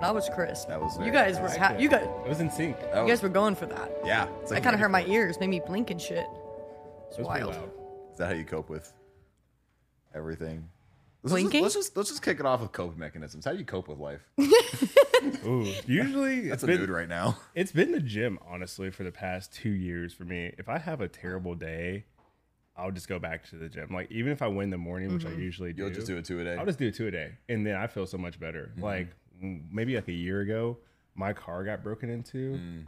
That was crisp. That was you very guys were crisp. ha- you guys It was in sync. That you was- guys were going for that. yeah. It's That kind of hurt my ear. ears, made me blink and shit. It's It was pretty wild. loud. Is that how you cope with everything? Let's Blinking? Just, let's just let's just kick it off with coping mechanisms. How do you cope with life? Ooh, usually That's it's a been mood right now. it's been the gym honestly for the past two years for me. If I have a terrible day, I'll just go back to the gym. Like even if I win the morning, which I usually do, You'll just do it Mm-hmm. two a day. I'll just do two a day, and then I feel so much better. Like m- maybe like a year ago, my car got broken into, Mm.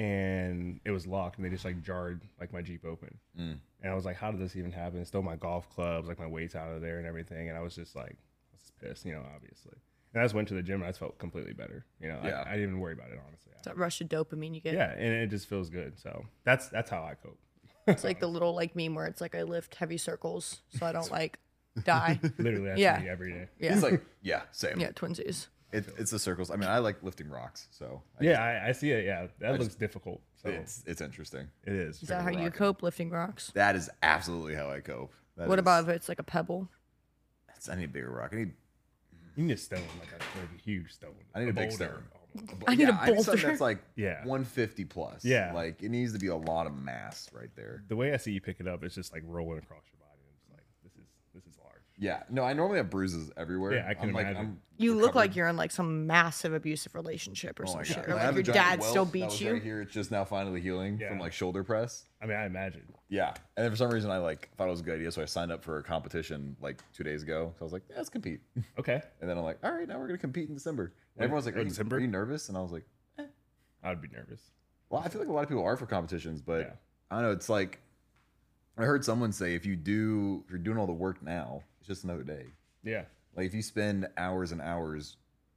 and it was locked, and they just like jarred like my Jeep open, Mm. and I was like, "How did this even happen?" Stole my golf clubs, like my weights out of there, and everything, and I was just like, I was just pissed," you know, obviously. And I just went to the gym, and I just felt completely better. You know, Yeah. I, I didn't even worry about it honestly. That rush of dopamine you get. yeah, and it just feels good. So that's that's how I cope. It's like the little like meme where it's like I lift heavy circles so I don't like die. Literally, that's Yeah. me every day. Yeah. It's like yeah, same. yeah, twinsies. It, it's the circles. I mean, I like lifting rooks, so I Yeah, I, I see it. Yeah, that looks difficult. So just- it's it's interesting. it is. Is that how you cope lifting rocks? That is absolutely how I cope. That What is- about if it's like a pebble? That's- I need a bigger rock. I need You need a stone, like a, like a huge stone. I need a big boulder. stone. Oh my- I need a yeah, I need something boulder. that's like Yeah. 150 plus. Yeah. like it needs to be a lot of mass right there. The way I see you pick it up, it's just like rolling across your body. It's like this is this is large. Yeah, no, I normally have bruises everywhere. Yeah, I can I'm like, imagine. I'm You look recovered. like you're in like some massive abusive relationship or Oh some my God. shit. I Or have like a your giant dad welt still that beats was you. Right here, it's just now finally healing Yeah. from like shoulder press. I mean, I imagine. Yeah, and then for some reason I like thought it was a good idea, so I signed up for a competition like two days ago. So I was like, yeah, let's compete, and Okay, then I'm like, all right, now we're gonna compete in December. And Wait, everyone's like, oh, are you, December? are you nervous? And I was like, I would be nervous. well, I feel like a lot of people are for competitions, but Yeah. I don't know. It's like I heard someone say, if you do, if you're doing all the work now, it's just another day. Yeah, Like if you spend hours and hours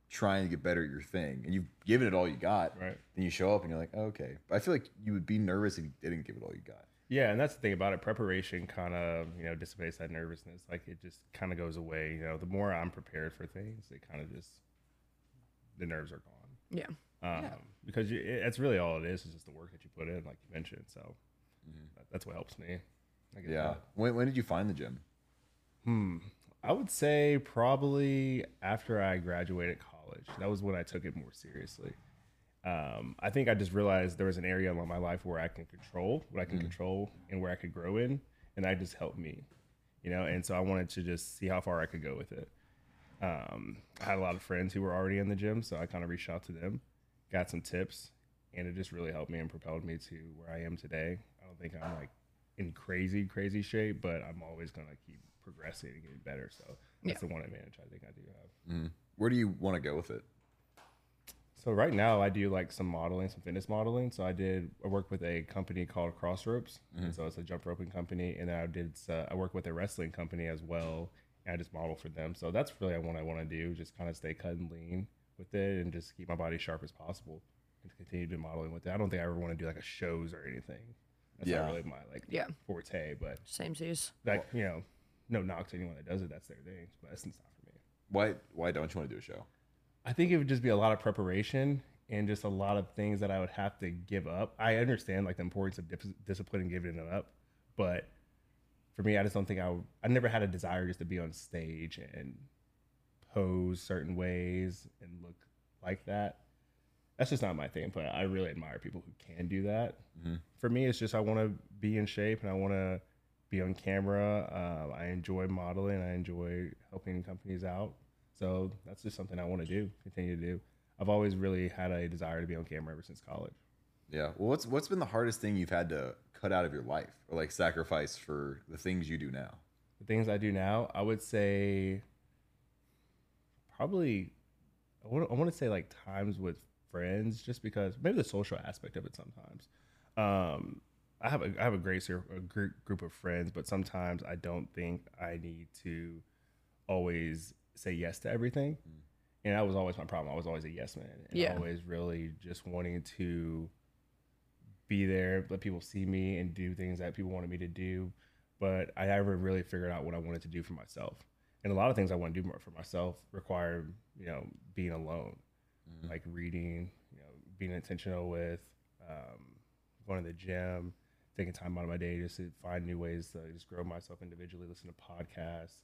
trying to get better at your thing, and you've given it all you got, Right. then you show up and you're like, "Oh, okay. But I feel like you would be nervous if you didn't give it all you got. yeah, and that's the thing about it. Preparation kind of you know dissipates that nervousness. Like it just kind of goes away. You know, the more I'm prepared for things, it kind of just the nerves are gone. Yeah. Um, Because you, it, that's really all it is. Is just the work that you put in, like you mentioned. So that- that's what helps me. I get Yeah. that. When, when did you find the gym? I would say probably after I graduated college. That was when I took it more seriously. Um, I think I just realized there was an area in my life where I can control what I can control and where I could grow in, and that just helped me, you know. And so I wanted to just see how far I could go with it. Um, I had a lot of friends who were already in the gym, so I kind of reached out to them, got some tips, and it just really helped me and propelled me to where I am today. I don't think I'm like in crazy, crazy shape, but I'm always gonna keep progressing and getting better. So that's the one advantage I think I do have. Where do you want to go with it? So right now I do like some modeling, some fitness modeling. So I did I work with a company called Cross Ropes. And so it's a jump roping company, and then I did uh, I work with a wrestling company as well. And I just model for them. So that's really what I want to do. Just kind of stay cut and lean with it, and just keep my body sharp as possible, and to continue doing modeling with it. I don't think I ever want to do like a shows or anything. That's Yeah. not really my like Yeah. forte, but Same seas. that you know, no knock to anyone that does it. That's their thing, but that's not for me. Why why don't you want to do a show? I think it would just be a lot of preparation and just a lot of things that I would have to give up. I understand like the importance of dis- discipline and giving it up, but for me, I just don't think I would, I never had a desire just to be on stage and pose certain ways and look like that. That's just not my thing, but I really admire people who can do that. For me, it's just I want to be in shape and I want to be on camera. Uh, I enjoy modeling. I enjoy helping companies out. So that's just something I want to do, continue to do. I've always really had a desire to be on camera ever since college. Yeah. Well, what's what's been the hardest thing you've had to cut out of your life or like sacrifice for the things you do now? The things I do now, I would say probably I want, I want to say like times with friends, just because maybe the social aspect of it sometimes. Um, I have a I have a great cir- a gr- group of friends, but sometimes I don't think I need to always say yes to everything. And that was always my problem. I was always a yes man, and Yeah. always really just wanting to be there, let people see me, and do things that people wanted me to do. But I never really figured out what I wanted to do for myself and a lot of things I want to do more for myself require you know being alone, Mm-hmm. like reading, you know, being intentional with um, going to the gym, taking time out of my day just to find new ways to just grow myself individually, listen to podcasts,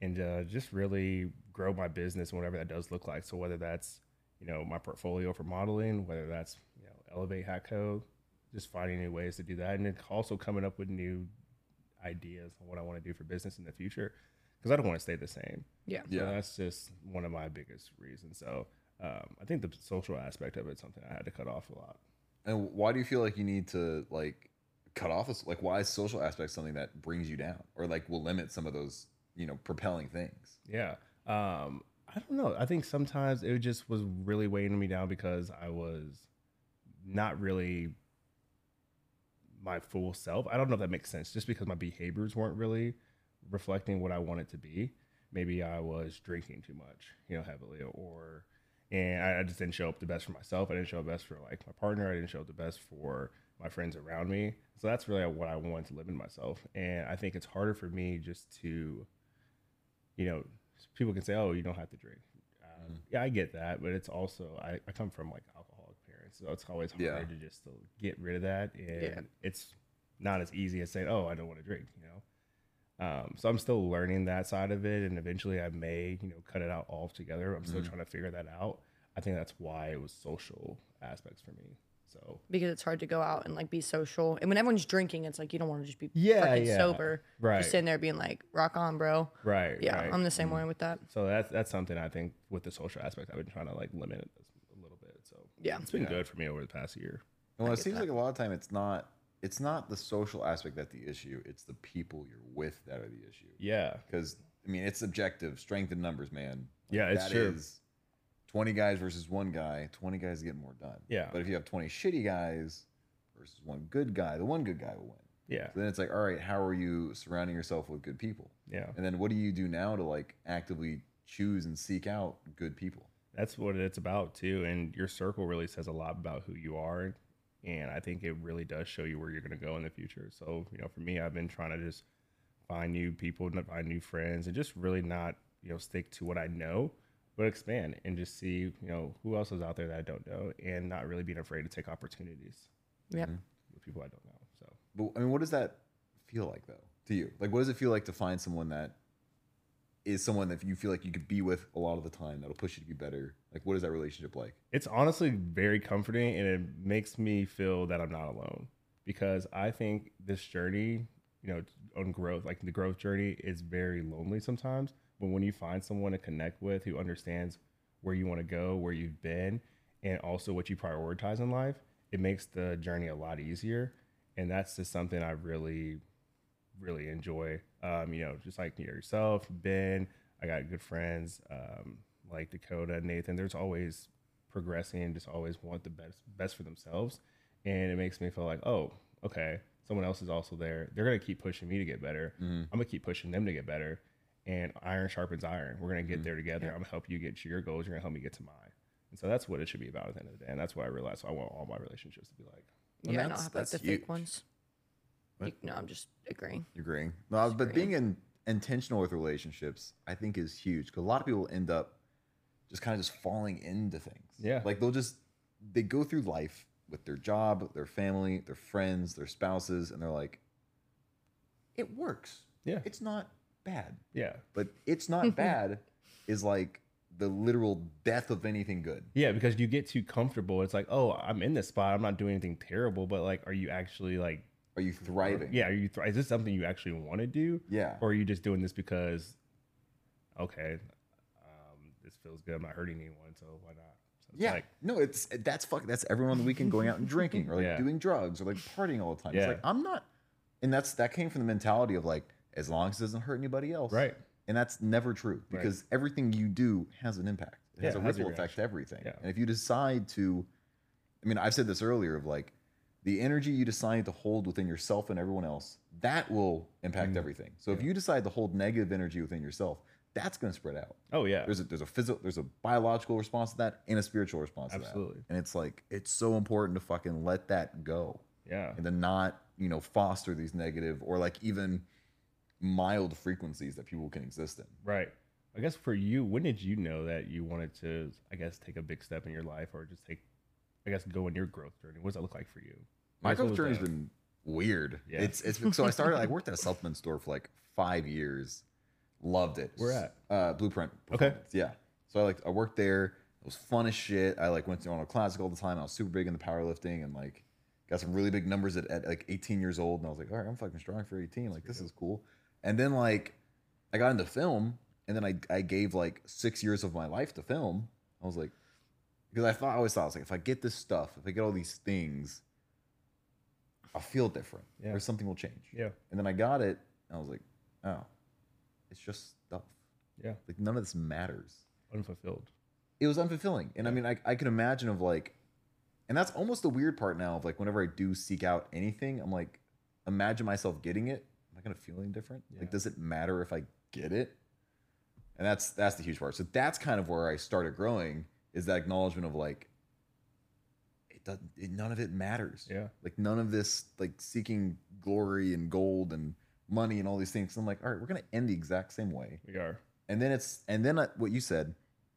and uh, just really grow my business, whatever that does look like. So whether that's you know, my portfolio for modeling, whether that's, you know, Elevate Hackco, just finding new ways to do that. And then also coming up with new ideas on what I want to do for business in the future because I don't want to stay the same. Yeah. So Yeah. that's just one of my biggest reasons. So um, I think the social aspect of it's something I had to cut off a lot. And why do you feel like you need to like cut off this? Like, why is social aspect something that brings you down or like will limit some of those, you know, propelling things? Yeah. Um, I don't know. I think sometimes it just was really weighing me down because I was not really my full self. I don't know if that makes sense. Just because my behaviors weren't really reflecting what I wanted to be. Maybe I was drinking too much, you know, heavily, or and I, I just didn't show up the best for myself. I didn't show up best for like my partner. I didn't show up the best for my friends around me. So that's really what I wanted to live in myself. And I think it's harder for me just to you know, people can say, "Oh, you don't have to drink." Um, Yeah, I get that, but it's also I, I come from like alcoholic parents, so it's always hard Yeah. to just to get rid of that, and Yeah. it's not as easy as saying, "Oh, I don't want to drink," you know. Um, so I'm still learning that side of it, and eventually I may, you know, cut it out altogether. I'm still Mhm. trying to figure that out. I think that's why it was social aspects for me. So Because it's hard to go out and like be social. And when everyone's drinking, it's like you don't want to just be Yeah, frickin' yeah. sober. right, Just sitting there being like, rock on, bro. right, Yeah. right. I'm the same way with that. so that's that's something I think with the social aspect I've been trying to like limit it a little bit. So Yeah. It's been Yeah. good for me over the past year. Well, it get seems that. like a lot of time it's not it's not the social aspect that's the issue. It's the people you're with that are the issue. Yeah. Because I mean, it's subjective. Strength in numbers, man. Yeah, it's That true. is twenty guys versus one guy. Twenty guys get more done. Yeah. But if you have twenty shitty guys versus one good guy, the one good guy will win. Yeah. So then it's like, all right, how are you surrounding yourself with good people? Yeah. And then what do you do now to like actively choose and seek out good people? That's what it's about too. And your circle really says a lot about who you are. And I think it really does show you where you're gonna go in the future. So, you know, for me, I've been trying to just find new people, n- find new friends, and just really not, you know, stick to what I know, but expand and just see, you know, who else is out there that I don't know and not really being afraid to take opportunities Yep. with people I don't know. So But I mean, what does that feel like though to you? Like, what does it feel like to find someone that is someone that you feel like you could be with a lot of the time that'll push you to be better? Like, what is that relationship like? it's honestly very comforting and it makes me feel that I'm not alone because I think this journey, you know, on growth, like the growth journey is very lonely sometimes. But when you find someone to connect with who understands where you want to go, where you've been, and also what you prioritize in life, it makes the journey a lot easier. And that's just something I really, really enjoy. Um, you know, just like yourself, Ben, I got good friends um, like Dakota, Nathan. There's always progressing and just always want the best best for themselves and it makes me feel like oh okay someone else is also there they're gonna keep pushing me to get better Mm-hmm. i'm gonna keep pushing them to get better and iron sharpens iron we're gonna get there together i'm gonna help you get to your goals you're gonna help me get to mine and so that's what it should be about at the end of the day and that's what i realized i want all my relationships to be like Well, yeah. Not that's- have like the that's huge. fake ones. What? You- no, I'm just agreeing. You're agreeing. No, but being in, intentional with relationships, I think, is huge. Because a lot of people end up just kind of just falling into things. Yeah. Like they'll just they go through life with their job, their family, their friends, their spouses, and they're like, it works. yeah It's not bad. yeah But it's not bad is like the literal death of anything good. yeah because you get too comfortable it's like oh i'm in this spot i'm not doing anything terrible but like are you actually like Are you thriving? yeah are you thri- is this something you actually want to do Yeah. or are you just doing this because okay um, this feels good i'm not hurting anyone so why not so it's Yeah. like, no, it's that's fuck. That's everyone on the weekend going out and drinking or like Yeah. doing drugs or like partying all the time. It's Yeah. like I'm not, and that's that came from the mentality of like as long as it doesn't hurt anybody else, Right. And that's never true Right. because everything you do has an impact. It has a Yeah, it has a ripple effect reaction. to everything. Yeah. And if you decide to, I mean, I've said this earlier of like the energy you decide to hold within yourself and everyone else that will impact Mm-hmm. everything. So if you decide to hold negative energy within yourself, that's going to spread out oh yeah there's a there's a physical there's a biological response to that and a spiritual response to Absolutely. that and it's like it's so important to fucking let that go yeah and to not you know foster these negative or like even mild frequencies that people can exist in right i guess for you when did you know that you wanted to i guess take a big step in your life or just take i guess go on your growth journey what does that look like for you my What growth was journey's that? been weird Yeah. it's it's been- so i started i worked at a supplement store for like five years loved it Where at? uh blueprint Okay. Performance, yeah so i like i worked there It was fun as shit. I like went to Arnold Classic all the time. I was super big into powerlifting and like got some really big numbers at, at like 18 years old. And I was like, all right, I'm fucking strong for 18. Like this is cool. And then like I got into film and then I, I gave like six years of my life to film. I was like, because I thought I always thought I was like, if I get this stuff, if I get all these things, I'll feel different. Yeah. Or something will change. Yeah. And then I got it, and I was like, oh, it's just stuff. Yeah. Like none of this matters. Unfulfilled. It was unfulfilling. And I mean, I, I can imagine of like, and that's almost the weird part now of like whenever I do seek out anything, I'm like, imagine myself getting it. Am I gonna feel any different? Yeah. Like, does it matter if I get it? And that's that's the huge part. So that's kind of where I started growing is that acknowledgement of like, it doesn't it, none of it matters Yeah. like none of this like seeking glory and gold and money and all these things i'm like all right we're gonna end the exact same way We are. and then it's and then I, what you said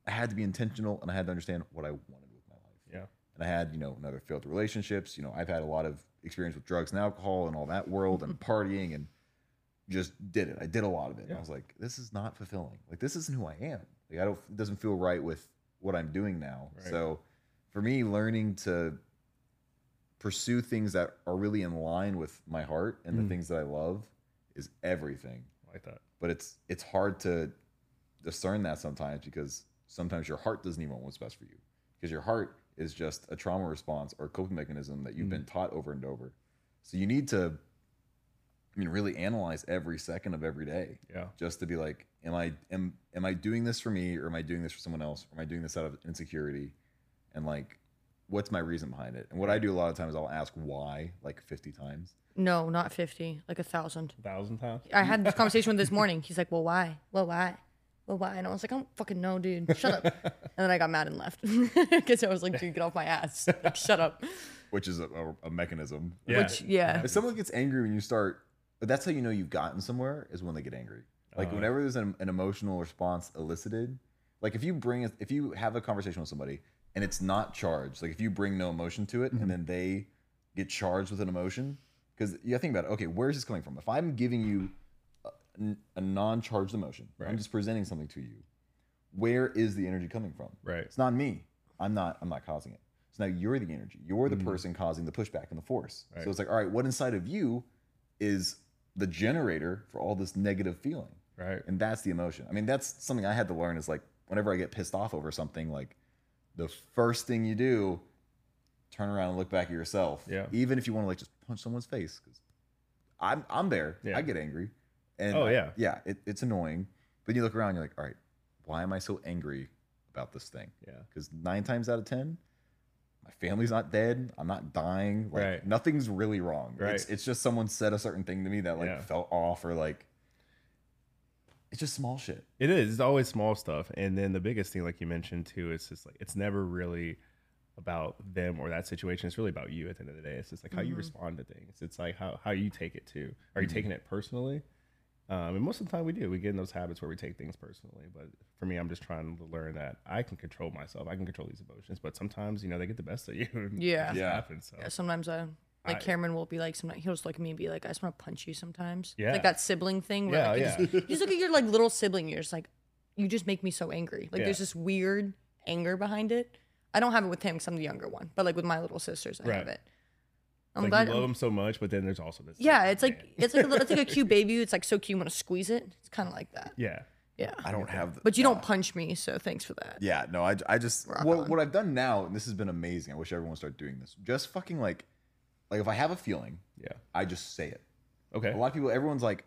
i had to be intentional and i had to understand what i wanted with my life Yeah. and i had you know another failed relationships you know i've had a lot of experience with drugs and alcohol and all that world and partying and just did it i did a lot of it and Yeah. i was like this is not fulfilling like this isn't who i am like i don't it doesn't feel right with what i'm doing now Right. so for me learning to pursue things that are really in line with my heart and the Mm. things that i love is everything I like that. but it's it's hard to discern that sometimes because sometimes your heart doesn't even want what's best for you because your heart is just a trauma response or coping mechanism that you've been taught over and over so you need to i mean really analyze every second of every day Yeah. just to be like am i am am i doing this for me or am i doing this for someone else or am i doing this out of insecurity and like what's my reason behind it and what i do a lot of times i'll ask why like 50 times No, not 50, like a thousand. A thousand times. I had this conversation with this morning. He's like, well, why? Well, why? Well, why? And I was like, I don't fucking know, dude. Shut up. and then I got mad and left because I was like, dude, get off my ass. Like, shut up. which is a, a, a mechanism Yeah. Which, yeah. If someone gets angry when you start, that's how you know you've gotten somewhere is when they get angry. Like Oh. whenever there's an, an emotional response elicited, like if you bring, if you have a conversation with somebody and it's not charged, like if you bring no emotion to it Mm-hmm. and then they get charged with an emotion, because you gotta think about it, okay, where's this coming from? If I'm giving you a, a non-charged emotion, Right. I'm just presenting something to you. Where is the energy coming from? Right. It's not me. I'm not. I'm not causing it. So now you're the energy. You're the person causing the pushback and the force. Mm-hmm. Right. So it's like, all right, what inside of you is the generator for all this negative feeling, Right. and that's the emotion. I mean, that's something I had to learn. Is like, whenever I get pissed off over something, like the first thing you do, turn around and look back at yourself. Yeah. Even if you want to like just punch someone's face, because I'm I'm there. Yeah. I get angry. And Oh, I- yeah. yeah. It, it's annoying, but you look around, you're like, all right, why am I so angry about this thing? Yeah. because nine times out of ten, my family's not dead. I'm not dying. Like Right. nothing's really wrong. It's, Right. it's just someone said a certain thing to me that like Yeah. felt off or like. It's just small shit. It is. It's always small stuff. And then the biggest thing, like you mentioned too, is just like it's never really about them or that situation. It's really about you at the end of the day. It's just like how Mm-hmm. you respond to things. It's like how, how you take it too. Are you taking it personally? Um, and most of the time we do. We get in those habits where we take things personally. But for me, I'm just trying to learn that I can control myself. I can control these emotions. But sometimes, you know, they get the best of you. and it Yeah. just Yeah. happens, so. Yeah, sometimes I like I- Cameron will be like sometimes he'll just look at me and be like, I just want to punch you sometimes. It's Yeah. Like that sibling thing where Yeah, like, you yeah. Just, you just look at your like little sibling, you're just like, you just make me so angry. Like Yeah. there's this weird anger behind it. I don't have it with him because I'm the younger one, but like with my little sisters, I Right. have it. I'm Like glad. you love them so much, but then there's also this. yeah, it's like man. it's like a, little- it's like a cute baby. It's like so cute. You want to squeeze it. It's kind of like that. yeah. Yeah. I don't have. The, But you don't punch me, so thanks for that. yeah, no, I, I just Rock what, on. what I've done now, and this has been amazing. I wish everyone would start doing this. Just fucking like, like if I have a feeling, Yeah. I just say it. Okay. A lot of people, everyone's like,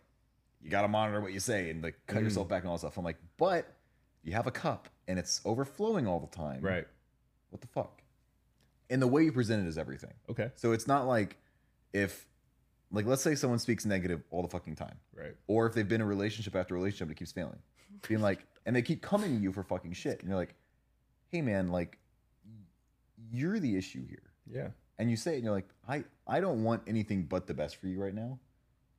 you got to monitor what you say and like Mm-hmm. cut yourself back and all that stuff. I'm like, but you have a cup and it's overflowing all the time. Right. what the fuck? And the way you present it is everything. Okay. So it's not like if, like, let's say someone speaks negative all the fucking time, Right. or if they've been in relationship after relationship and it keeps failing, being like, and they keep coming to you for fucking shit, and you're like, hey man, like, you're the issue here, Yeah. and you say it, and you're like, I I don't want anything but the best for you right now,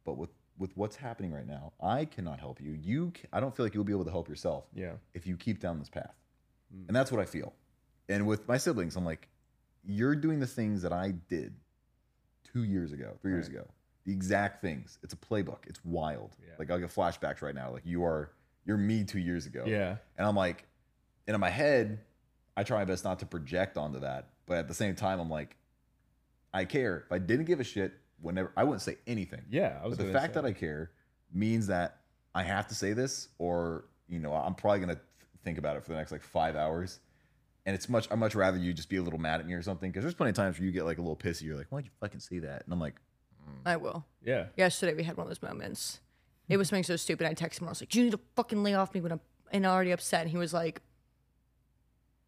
but with with what's happening right now, I cannot help you. You, ca- I don't feel like you'll be able to help yourself Yeah. Mm. if you keep down this path. And that's what I feel. And with my siblings, I'm like, you're doing the things that I did two years ago, three years Right. ago. The exact things. It's a playbook. It's wild. Yeah. Like I'll get flashbacks right now. Like you are you're me two years ago. Yeah. And I'm like, and in my head, I try my best not to project onto that. But at the same time, I'm like, I care. If I didn't give a shit, whenever I wouldn't say anything. Yeah, I was But the gonna fact say. that I care means that I have to say this, or you know, I'm probably gonna th- think about it for the next like five hours. And it's much. I much rather you just be a little mad at me or something, because there's plenty of times where you get like a little pissy. You're like, why'd you fucking say that? And I'm like, I will. yeah, Yesterday we had one of those moments. It was something so stupid. I texted him. I was like, "You need to fucking lay off me when I'm and already upset." And he was like,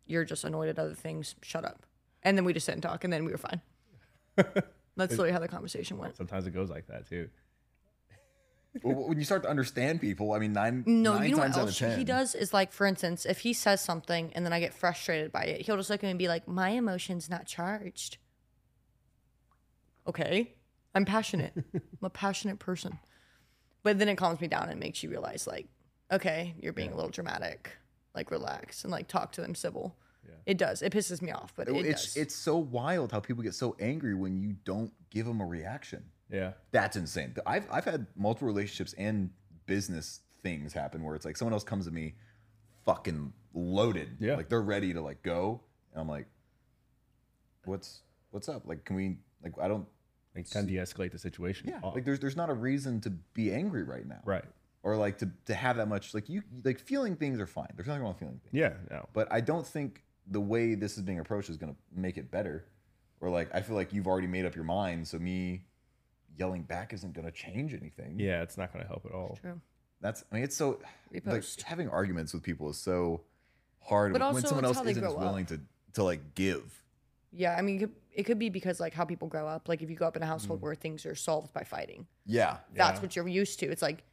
"You're just annoyed at other things. Shut up." And then we just didn't talk, and then we were fine. That's literally how the conversation went. sometimes it goes like that too. well, when you start to understand people, I mean, nine. No, nine you know times what out of else ten, he does is like, for instance, if he says something and then I get frustrated by it, he'll just look at me and be like, "My emotion's not charged." Okay, I'm passionate. I'm a passionate person, but then it calms me down and makes you realize, like, okay, you're being a little dramatic. Like, relax and like talk to them civil. It does. It pisses me off, but it, it's does. it's so wild how people get so angry when you don't give them a reaction. Yeah, That's insane. I've I've had multiple relationships and business things happen where it's like someone else comes to me, fucking loaded. Yeah. like they're ready to like go, and I'm like, what's what's up? Like, can we like I don't like kind of de-escalate the situation. yeah Oh, like there's there's not a reason to be angry right now right. or like to to have that much like you like feeling things are fine. There's nothing wrong with feeling things. Yeah, no. But I don't think the way this is being approached is going to make it better. Or like I feel like you've already made up your mind, so me yelling back isn't going to change anything. Yeah, it's not going to help at all. True. That's I mean it's so like Repost. having arguments with people is so hard But when also someone it's else how they isn't as grow up. willing to to like give. Yeah, I mean, it could, it could be because like how people grow up. Like, if you grow up in a Mm. household where things are solved by fighting, Yeah. that's Yeah. what you're used to. It's like,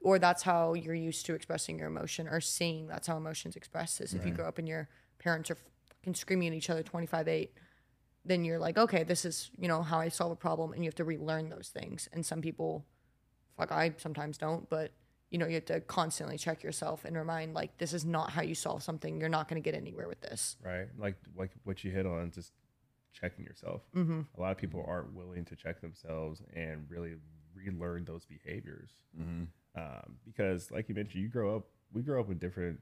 or that's how you're used to expressing your emotion or seeing that's how emotions express is. If you grow up and your parents are fucking screaming at each other 25 8, then you're like, okay, this is, you know, how I solve a problem. And you have to relearn those things. And some people, fuck, I sometimes don't, but you know, you have to constantly check yourself and remind like, this is not how you solve something. You're not going to get anywhere with this. Right. Like like what you hit on, just checking yourself. Mm-hmm, A lot of Mm-hmm. people aren't willing to check themselves and really relearn those behaviors. Mhm. Um, because like you mentioned, you grow up we grow up with different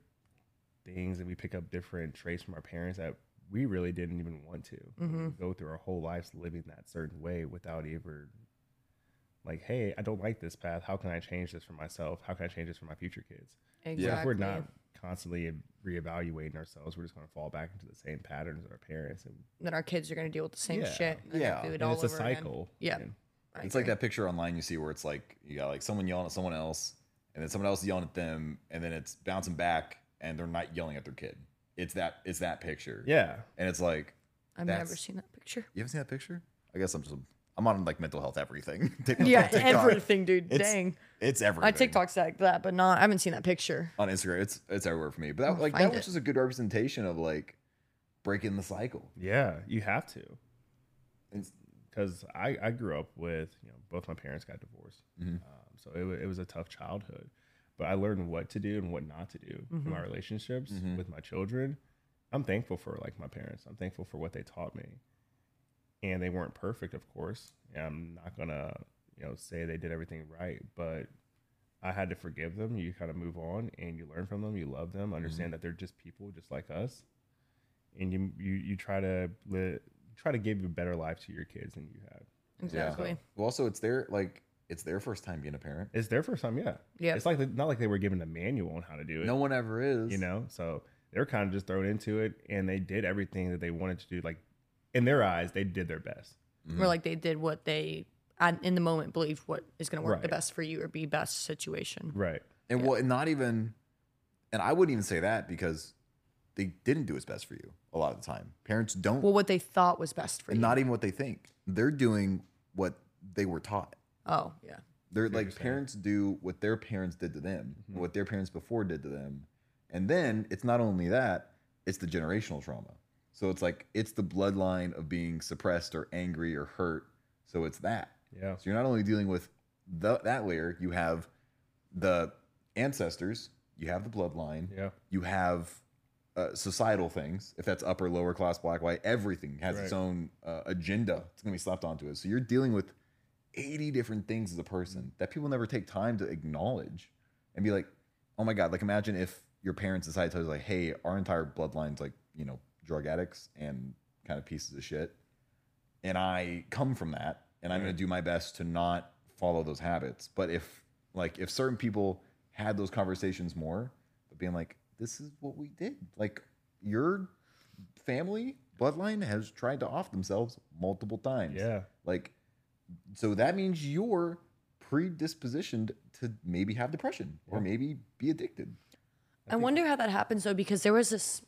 things and we pick up different traits from our parents that we really didn't even want to mm-hmm. We Mm. go through our whole lives living that certain way without ever like, hey, I don't like this path. How can I change this for myself? How can I change this for my future kids? Exactly. So if we're not constantly reevaluating ourselves, we're just going to fall back into the same patterns of our parents. And, Then our kids are going to deal with the same Yeah. shit. They're gonna Yeah. do it and all it's a over again. cycle. Yeah. And I It's like agree. that picture online you see where it's like you got like someone yelling at someone else, and then someone else yelling at them, and then it's bouncing back, and they're not yelling at their kid. It's that it's that picture. yeah. And it's like I've never that's- seen that picture. You haven't seen that picture? I guess I'm just I'm on like mental health everything. TikTok, Yeah, TikTok. everything, dude. It's- Dang. It's everything. My TikTok's like that, but not. I haven't seen that picture. on Instagram. It's it's everywhere for me. But that, I'll like find that was it. just a good representation of like breaking the cycle. Yeah. You have to. It's- Because I, I grew up with, you know, both my parents got divorced. Um, so it, wa- it was a tough childhood. But I learned what to do and what not to do in my relationships with my children. I'm thankful for like my parents. I'm thankful for what they taught me. And they weren't perfect, of course. And I'm not gonna, you know, say they did everything right, but I had to forgive them. You kind of move on and you learn from them. You love them. Understand that they're just people, just like us. And you you you try to li- try to give a better life to your kids than you had. Exactly. Well, also it's their like it's their first time being a parent. It's their first time, yeah. Yeah. It's like they- not like they were given a manual on how to do it. No one ever is. you know, so they're kind of just thrown into it, and they did everything that they wanted to do. Like in their eyes, they did their best. Where like they did what they at- in the moment believed what is going to work the Right. best for you or be best situation. Right. And well, and not even, and I wouldn't even say that because they didn't do what's best for you a lot of the time. Parents don't, Well, what they thought was best for and you. not even what they think. They're doing what they were taught. oh yeah. They're like parents do what their parents did to them, and Mm-hmm. what their parents before did to them, and then it's not only that; it's the generational trauma. So it's like it's the bloodline of being suppressed or angry or hurt. So it's that. Yeah. So you're not only dealing with the, that layer, you have the ancestors, you have the bloodline, Yeah. you have uh, societal things, if that's upper, lower class, black, white, everything has its Right. own uh, agenda. It's going to be slapped onto us. So you're dealing with 80 different things as a person that people never take time to acknowledge and be like, oh my God, like imagine if your parents decide to tell you, like, hey, our entire bloodline's like, you know, drug addicts and kind of pieces of shit. And I come from that and I'm going to do my best to not follow those habits. But if like if certain people had those conversations more, but being like this is what we did. Like your family bloodline has tried to off themselves multiple times. Yeah. Like so that means you're predispositioned to maybe have depression or maybe be addicted. I wonder how that happens though, because there was this,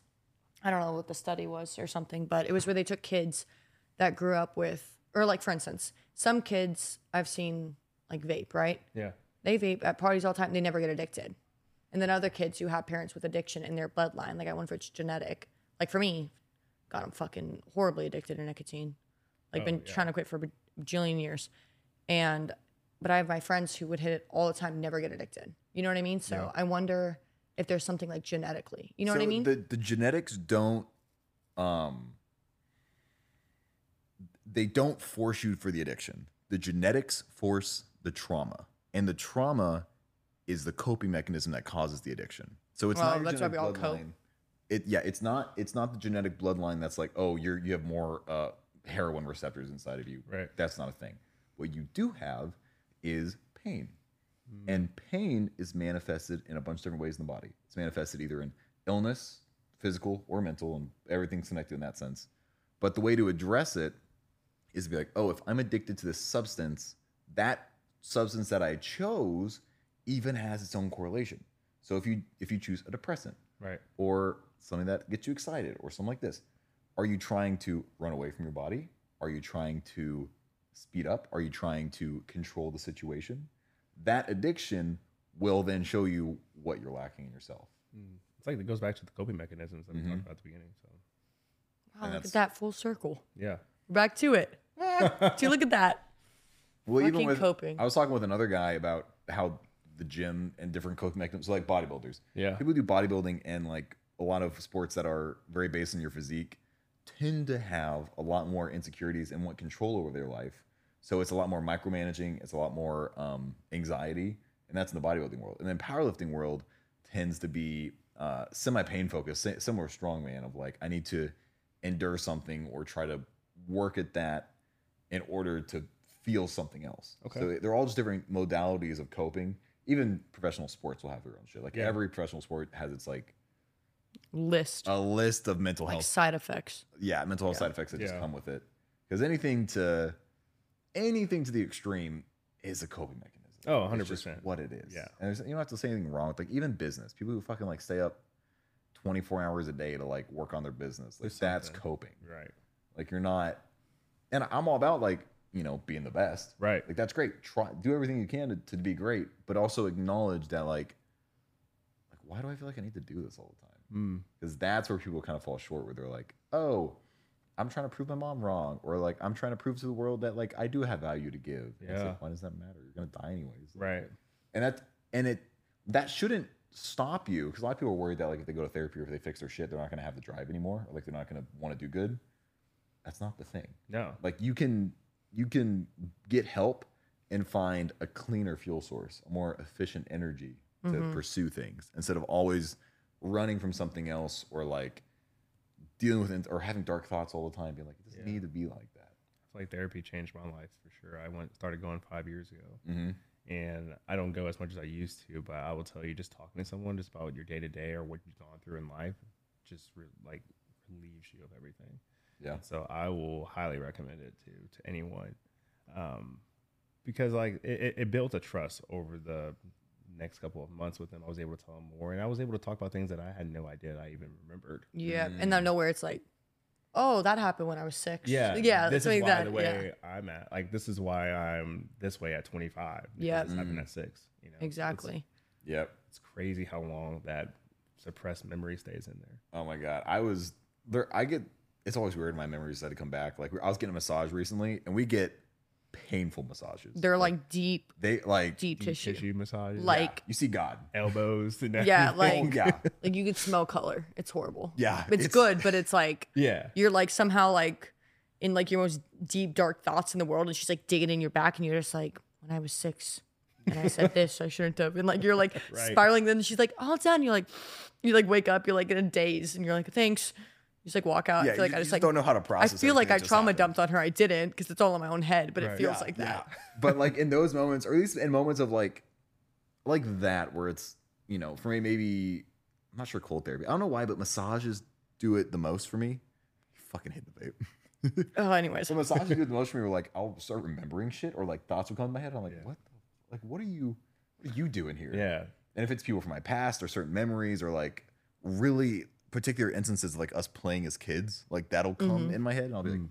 I don't know what the study was or something, but it was where they took kids that grew up with, or like for instance, some kids I've seen like vape, right? Yeah. They vape at parties all the time. They never get addicted. And then other kids who have parents with addiction in their bloodline, like I wonder if it's genetic. Like for me, God, I'm fucking horribly addicted to nicotine. Like been trying to quit for a bajillion years, and but I have my friends who would hit it all the time, never get addicted. You know what I mean? So I wonder if there's something like genetically. You know what I mean? The, the genetics don't, um, they don't force you for the addiction. The genetics force the trauma, and the trauma is the coping mechanism that causes the addiction. So it's Well, not your that's why genetic we all cope. bloodline. It yeah, it's not it's not the genetic bloodline that's like oh you're you have more uh, heroin receptors inside of you. Right. That's not a thing. What you do have is pain. And pain is manifested in a bunch of different ways in the body. It's manifested either in illness, physical or mental, and everything's connected in that sense. But the way to address it is to be like, oh, if I'm addicted to this substance, that substance that I chose even has its own correlation. So if you if you choose a depressant Right. or something that gets you excited or something like this, are you trying to run away from your body? Are you trying to speed up? Are you trying to control the situation? That addiction will then show you what you're lacking in yourself. It's like it goes back to the coping mechanisms that we talked about at the beginning. So Wow, look at that full circle. yeah. Back to it. Do you look at that? Well, Fucking coping. I was talking with another guy about how the gym and different coping mechanisms, like bodybuilders. Yeah. People who do bodybuilding and like a lot of sports that are very based on your physique tend to have a lot more insecurities and want control over their life. So it's a lot more micromanaging. It's a lot more um, anxiety, and that's in the bodybuilding world. And then powerlifting world tends to be uh, semi pain focused, si- similar strongman of like I need to endure something or try to work at that in order to feel something else. Okay. So they're all just different modalities of coping. Even professional sports will have their own shit. Like Yeah. every professional sport has its like List a list of mental like health side effects. yeah, mental health side effects that just Yeah. come with it. Because anything to anything to the extreme is a coping mechanism. Oh, It's just 100%. What it is. Yeah. And there's, you don't have to say anything wrong with like even business. People who fucking like stay up 24 hours a day to like work on their business. Like There's that's something. coping. Right. Like you're not and I'm all about like, you know, being the best. Right. Like that's great. Try do everything you can to, to be great, but also acknowledge that like like why do I feel like I need to do this all the time? Mm. because that's where people kind of fall short where they're like oh i'm trying to prove my mom wrong or like i'm trying to prove to the world that like i do have value to give And it's Yeah. like, why does that matter you're gonna die anyways Like, Right. and that and it that shouldn't stop you because a lot of people are worried that like if they go to therapy or if they fix their shit they're not gonna have the drive anymore or like they're not gonna want to do good that's not the thing No. like you can you can get help and find a cleaner fuel source a more efficient energy to Mm-hmm. pursue things instead of always running from something else or like dealing with it or having dark thoughts all the time being like it doesn't need to be like that It's like therapy changed my life for sure. I went started going five years ago. mm-hmm. and I don't go as much as I used to, but I will tell you, just talking to someone just about your day to day or what you've gone through in life, just re- like relieves you of everything. yeah So I will highly recommend it to to anyone, um, because like it, it- it built a trust over the next couple of months with them. I was able to tell them more, and I was able to talk about things that I had no idea that I even remembered. Yeah. And out of nowhere, it's like, oh, that happened when I was six. Yeah, Yeah. This something is why like that. the yeah. way I'm at. Like this is why I'm this way at 25. because Yep. this Mm. happened at six. You know, So it's- Exactly. yep it's crazy how long that suppressed memory stays in there. Oh my god, I was there. I get it's always weird. My memories that to come back. Like I was getting a massage recently, and we get painful massages. They're like deep, they like deep tissue. Tissue massages, Like, you see God. elbows, and yeah, everything. Oh like, yeah, like you could smell color. It's horrible. Yeah, It's, it's- good, but it's like, yeah, you're like somehow like in like your most deep, dark thoughts in the world. And she's like digging in your back. And you're just like, when I was six and I said this, I shouldn't have. And like, you're like Right. spiraling. Then she's like, all done. You're like, you like wake up, you're like in a daze. And you're like, thanks. just like walk out. I Yeah, feel like you, I you just like don't know how to I process. feel like everything I that just trauma happened. dumped on her. I didn't because it's all in my own head, but Right. it feels Yeah, like that. yeah. but like in those moments, or at least in moments of like like that where it's you know for me maybe I'm not sure cold therapy. I don't know why, but massages do it the most for me. fucking hit the vape. Oh, anyways, So massages do it the most for me. Were like I'll start remembering shit or like thoughts will come in my head. And I'm like what the, like what are you what are you doing here? Yeah. And if it's people from my past or certain memories or like really particular instances of like us playing as kids, like that'll come in my head and I'll be like,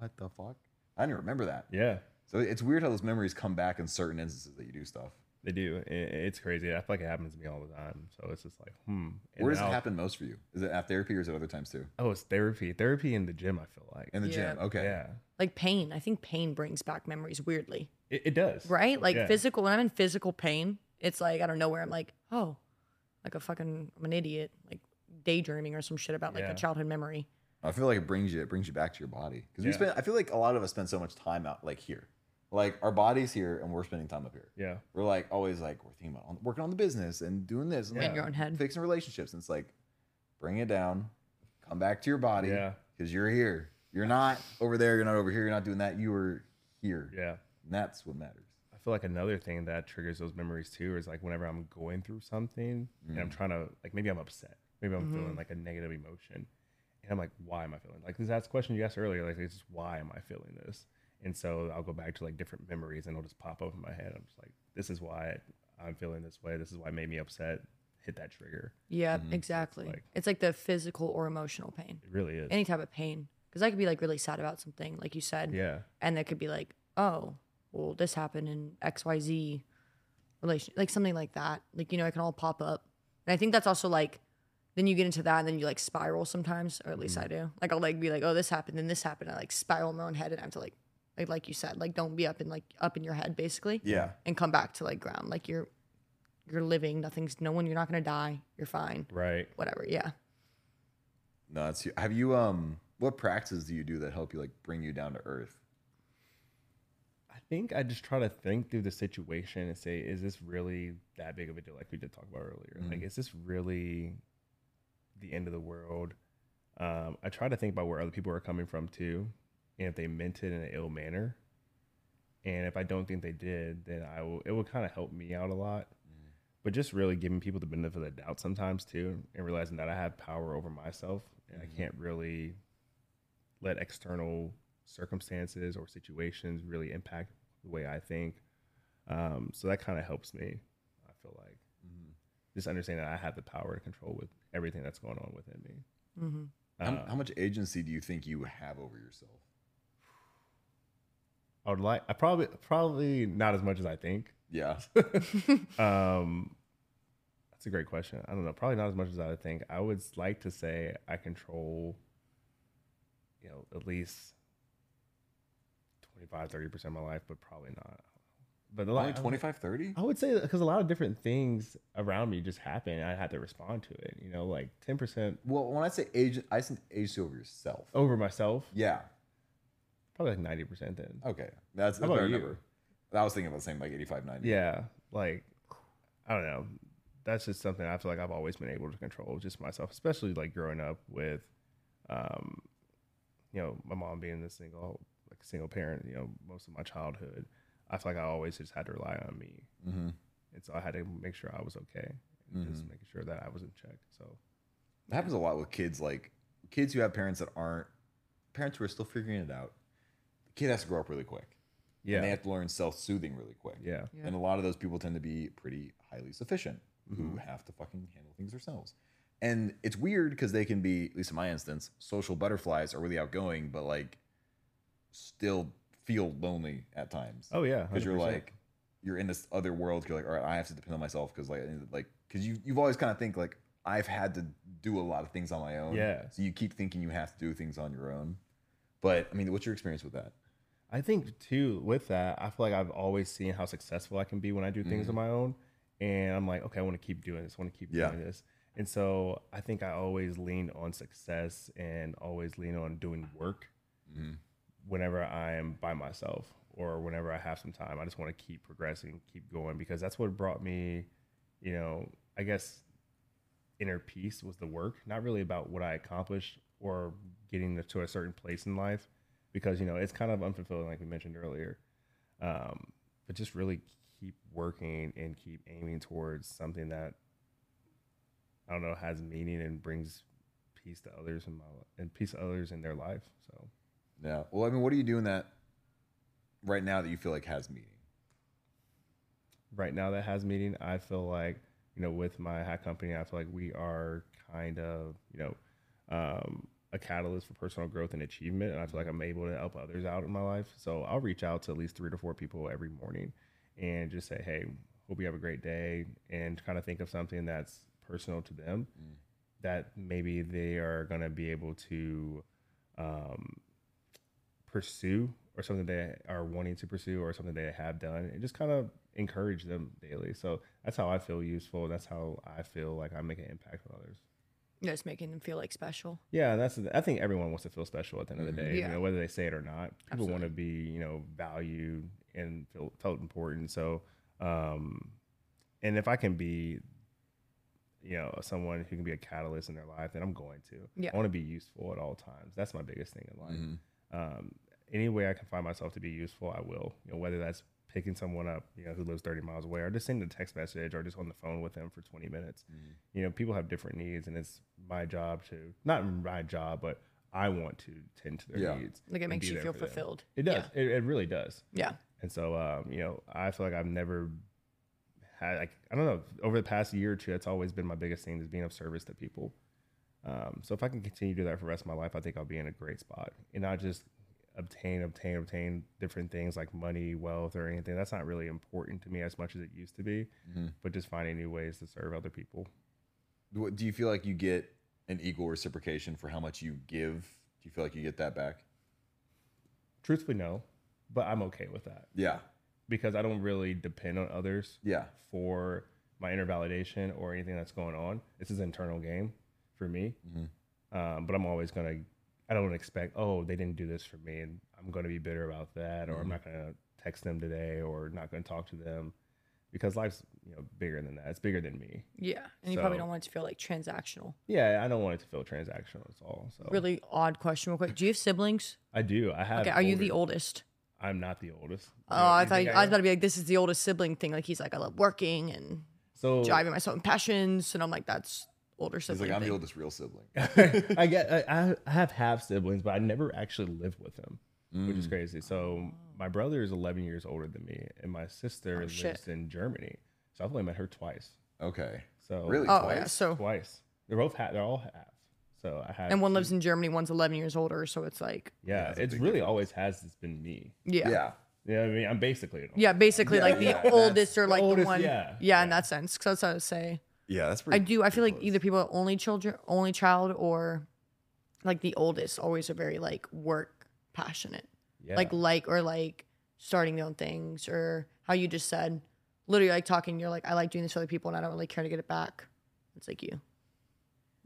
what the fuck? I didn't remember that. Mm. Yeah. So it's weird how those memories come back in certain instances that you do stuff. They do. I- It's crazy. I feel like it happens to me all the time. So it's just like, hmm. And Where does I'll- it happen most for you? Is it at therapy or is it other times too? Oh, it's therapy. Therapy in the gym. I feel like. In the gym. Yeah. Okay. Yeah. like pain. I think pain brings back memories weirdly, It, it does. right? Like Yeah. physical. When I'm in physical pain, it's like I don't know where I'm like, oh, like a fucking I'm an idiot, like daydreaming or some shit about like Yeah. a childhood memory. I feel like it brings you it brings you back to your body. Because we Yeah. spend I feel like a lot of us spend so much time out like here. Like our body's here and we're spending time up here. Yeah. We're like always like we're thinking about on, working on the business and doing this and Yeah. like, In your own head. fixing relationships. And it's like, bring it down, come back to your body, Yeah. because you're here. You're not over there. You're not over here. You're not doing that. You were here. Yeah. And that's what matters. I feel like another thing that triggers those memories too is like whenever I'm going through something and I'm trying to like maybe I'm upset, maybe I'm feeling like a negative emotion, and I'm like, why am I feeling like this? That's the question you asked earlier. Like, it's just why am I feeling this? And so I'll go back to like different memories and it'll just pop up in my head. I'm just like, this is why I'm feeling this way. This is why it made me upset. Hit that trigger. Yeah, mm-hmm. exactly. like- it's like the physical or emotional pain, It really is. any type of pain. Because I could be like really sad about something, like you said, yeah. and that could be like, oh, well, this happened in X Y Z relation, like something like that. Like you know, it can all pop up, and I think that's also like, then you get into that, and then you like spiral sometimes, or at least I Mm-hmm. do. Like I'll like be like, oh, this happened, then this happened. I like spiral in my own head, and I have to like, like like you said, like don't be up in like up in your head basically, Yeah. and come back to like ground. Like you're, you're living. Nothing's no one. You're not gonna die. You're fine. Right. Whatever. Yeah. No, that's have you um what practices do you do that help you like bring you down to earth? I think I just try to think through the situation and say, is this really that big of a deal? Like we did talk about earlier. Like, is this really the end of the world? Um, I try to think about where other people are coming from too, and if they meant it in an ill manner. And if I don't think they did, then I will. It will kind of help me out a lot. But just really giving people the benefit of the doubt sometimes too, and realizing that I have power over myself and Mm-hmm. I can't really let external circumstances or situations really impact the way I think. Um, so that kind of helps me. I feel like Mm-hmm. just understanding that I have the power to control with everything that's going on within me. Mm-hmm. Uh, how, how much agency do you think you have over yourself? I would like, I probably, probably not as much as I think. Yeah. Um, that's a great question. I don't know. Probably not as much as I would think. I would like to say I control, you know, at least 25, 30% of my life, but probably not. But a lot, Only 25, 30? I would say because a lot of different things around me just happen. and I had to respond to it. You know, like ten percent Well, when I say agent, I said agency over yourself. over myself, Yeah. probably like ninety percent. Then, Okay. How That's, that's about better you? number. I was thinking about the same like 85, 90. yeah, like I don't know. That's just something I feel like I've always been able to control, just myself, especially like growing up with, um, you know, my mom being the single, like single parent. You know, most of my childhood, I feel like I always just had to rely on me, Mm-hmm. and so I had to make sure I was okay, and just making sure that I was in check. So It happens a lot with kids, like kids who have parents that aren't parents who are still figuring it out. The kid has to grow up really quick. yeah, And they have to learn self soothing really quick. yeah, And a lot of those people tend to be pretty highly sufficient Mm-hmm. who have to fucking handle things themselves. And it's weird because they can be, at least in my instance, social butterflies are really outgoing, but like still feel lonely at times. oh yeah, because you're 100%. like you're in this other world. You're like, all right, I have to depend on myself because like like because you you've always kind of think like I've had to do a lot of things on my own. Yeah. So you keep thinking you have to do things on your own. But I mean, what's your experience with that? I think too with that, I feel like I've always seen how successful I can be when I do things on my own, and I'm like, okay, I want to keep doing this, I want to keep Yeah. doing this, and so I think I always leaned on success and always lean on doing work Mm-hmm. whenever I am by myself or whenever I have some time. I just want to keep progressing, keep going because that's what brought me, you know, I guess inner peace was the work, not really about what I accomplished or getting to a certain place in life because you know it's kind of unfulfilling like we mentioned earlier um, but just really keep working and keep aiming towards something that i don't know has meaning and brings peace to others in my and peace to others in their life so Yeah. Well, I mean, what are you doing that right now that you feel like has meaning? right now that has meaning i feel like you know with my hat company i feel like we are kind of you know um, a catalyst for personal growth and achievement and i feel like i'm able to help others out in my life so i'll reach out to at least three to four people every morning and just say hey hope you have a great day and kind of think of something that's personal to them that maybe they are going to be able to um, pursue or something they are wanting to pursue or something they have done and just kind of encourage them daily. So that's how I feel useful. That's how I feel like I make an impact on others. Just making them feel like special. Yeah, that's I think everyone wants to feel special at the end of the day, Mm-hmm. Yeah. you know, whether they say it or not. People want to be, you know, valued and feel felt important. So um and if I can be you know, someone who can be a catalyst in their life, then I'm going to. Yeah. I want to be useful at all times. That's my biggest thing in life Mm-hmm. um, any way I can find myself to be useful, I will. You know, whether that's picking someone up, you know, who lives 30 miles away, or just sending a text message, or just on the phone with them for 20 minutes. You know, people have different needs, and it's my job to not my job, but I want to tend to their Yeah. needs. Like it and makes be you there feel for them. fulfilled. It does. It, it really does. Yeah. And so, um, you know, I feel like I've never had like I don't know over the past year or two. That's always been my biggest thing is being of service to people. Um, so if I can continue to do that for the rest of my life, I think I'll be in a great spot and not just obtain, obtain, obtain different things like money, wealth, or anything. That's not really important to me as much as it used to be. Mm-hmm. But just finding new ways to serve other people. What- Do you feel like you get an equal reciprocation for how much you give? Do you feel like you get that back? Truthfully, no, but I'm okay with that Yeah. because I don't really depend on others Yeah. for my inner validation or anything that's going on. This is an internal game for me. Um, but I'm always gonna. I don't expect. Oh, they didn't do this for me, and I'm gonna be bitter about that, or I'm not gonna text them today, or not gonna talk to them, because life's you know bigger than that. It's bigger than me. Yeah. And you probably So- don't want it to feel like transactional. Yeah, I don't want it to feel transactional. It's all. Oh. So Really odd question, real quick. Do you have siblings? I do. I have. Okay. Are you the older- oldest? I'm not the oldest. Oh, You- I you thought think I, was about to be like, this is the oldest sibling thing. Like he's like, I love working and so driving myself in passions, and I'm like, that's older Oh. He's sibling. like, I'm the thing. oldest real sibling. I get I, I have half siblings, but I never actually lived with them, which Mm. is crazy. So my brother is 11 years older than me, and my sister Oh, lives shit. in Germany. So I've only met her twice. Okay. So Really? Oh yeah, Twice? so twice. They're both half. They're all half. So I have. and one lives in Germany, one's 11 years older, so it's like, yeah, that's a it's big really always has just been me. yeah, yeah, Yeah. You know what I mean? I'm basically an basically Yeah, like yeah, the that's- oldest or like the oldest, one, yeah, in that sense. Because that's what I would say. Yeah. That's I pretty. do. I feel like either people are only children, only child, or like the oldest always are very like work passionate, Yeah. like like or like starting their own things, or how you just said, literally like talking. You're like, I like doing this for other people, and I don't really care to get it back. It's like you,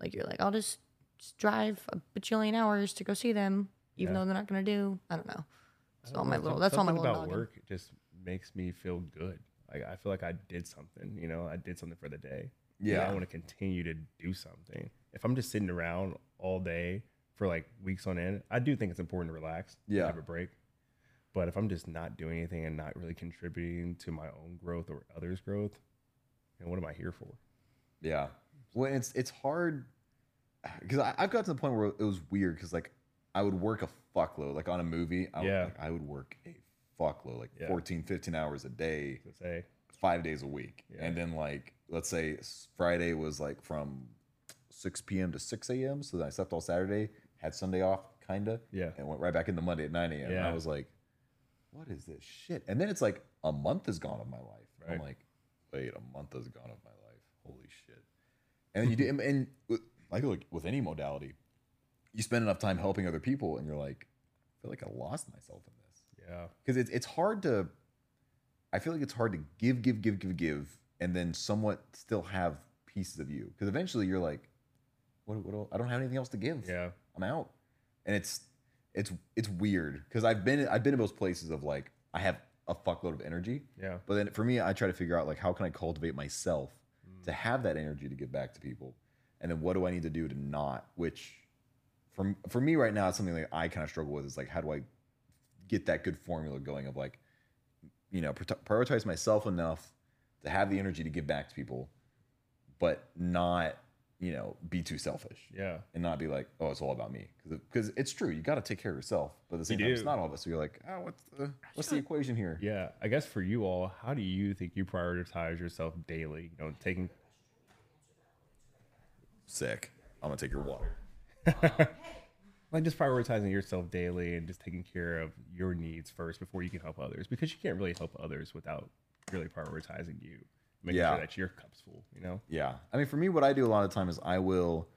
like you're like, I'll just, just drive a bajillion hours to go see them, even Yeah. though they're not gonna do. I don't know. That's all don't my know, little. some- That's all my something little. about noggin. work just makes me feel good. Like I feel like I did something. You know, I did something for the day. And Yeah. I want to continue to do something. If I'm just sitting around all day for like weeks on end, I do think it's important to relax. Yeah. have a break. But if I'm just not doing anything and not really contributing to my own growth or others' growth, you know, what am I here for? Yeah. Well, it's it's hard because I've got to the point where it was weird because like I would work a fuckload like on a movie. I would, Yeah. like, I would work a fuckload like Yeah. fourteen, fifteen 14, 15 hours a day, To say, five days a week, Yeah. and then like let's say s- Friday was like from six p.m. to six a.m. So then I slept all Saturday, had Sunday off, kinda, Yeah. and went right back into Monday at nine a.m. And I Yeah. was like, what is this shit? And then it's like a month has gone of my life. I'm Right. like, wait, a month has gone of my life. Holy shit. And then you do, and, and with- like look, with any modality, you spend enough time helping other people, and you're like, I feel like I lost myself in this yeah, because it's it's hard to. I feel like it's hard to give, give, give, give, give, and then somewhat still have pieces of you. Because eventually you're like, what, what? do- I don't have anything else to give. yeah, I'm out. And it's it's it's weird because I've been I've been in those places of like I have a fuckload of energy, yeah, but then for me I try to figure out like how can I cultivate myself Mm. to have that energy to give back to people, and then what do I need to do to not? Which for for me right now, it's something that I kind of struggle with. Is like, how do I get that good formula going of like, you know, proto- prioritize myself enough to have the energy to give back to people, but not you know be too selfish Yeah. and not be like, oh, it's all about me because it's true. You got to take care of yourself, but at the same You time, it's do. not all of us. So you're like, oh, what's the what's the equation here? Yeah. I guess for you all, how do you think you prioritize yourself daily? You know, taking Sick. I'm gonna take your water. like just prioritizing yourself daily and just taking care of your needs first before you can help others because you can't really help others without really prioritizing you, making Yeah. sure that your cup's full, you know? Yeah. I mean, for me, what I do a lot of the time is I will,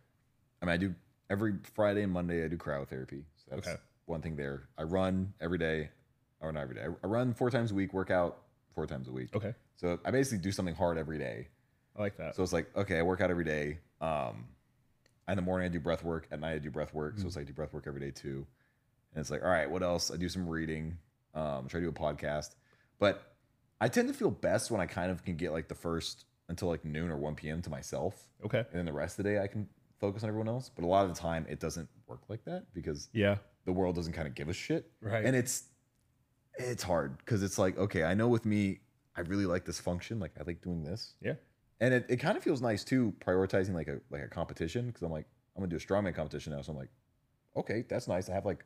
I mean, I do every Friday and Monday, I do cryotherapy. So that's Okay. one thing there. I run every day, or not every day. I run four times a week, work out four times a week. Okay. So I basically do something hard every day. I like that. Uh, So it's like, okay, I work out every day. Um, in the morning, I do breath work. At night, I do breath work. So it's like, I do breath work every day too. And it's like, all right, what else? I do some reading, um, try to do a podcast. But I tend to feel best when I kind of can get like the first until like noon or 1 p.m. to myself okay. and then the rest of the day I can focus on everyone else. But a lot of the time it doesn't work like that because Yeah. the world doesn't kind of give a shit. Right. And it's it's hard because it's like, okay, I know with me, I really like this function. Like I like doing this. Yeah. And it, it kind of feels nice too, prioritizing like a like a competition. Cause I'm like, I'm gonna do a strongman competition now. So I'm like, okay, that's nice. I have like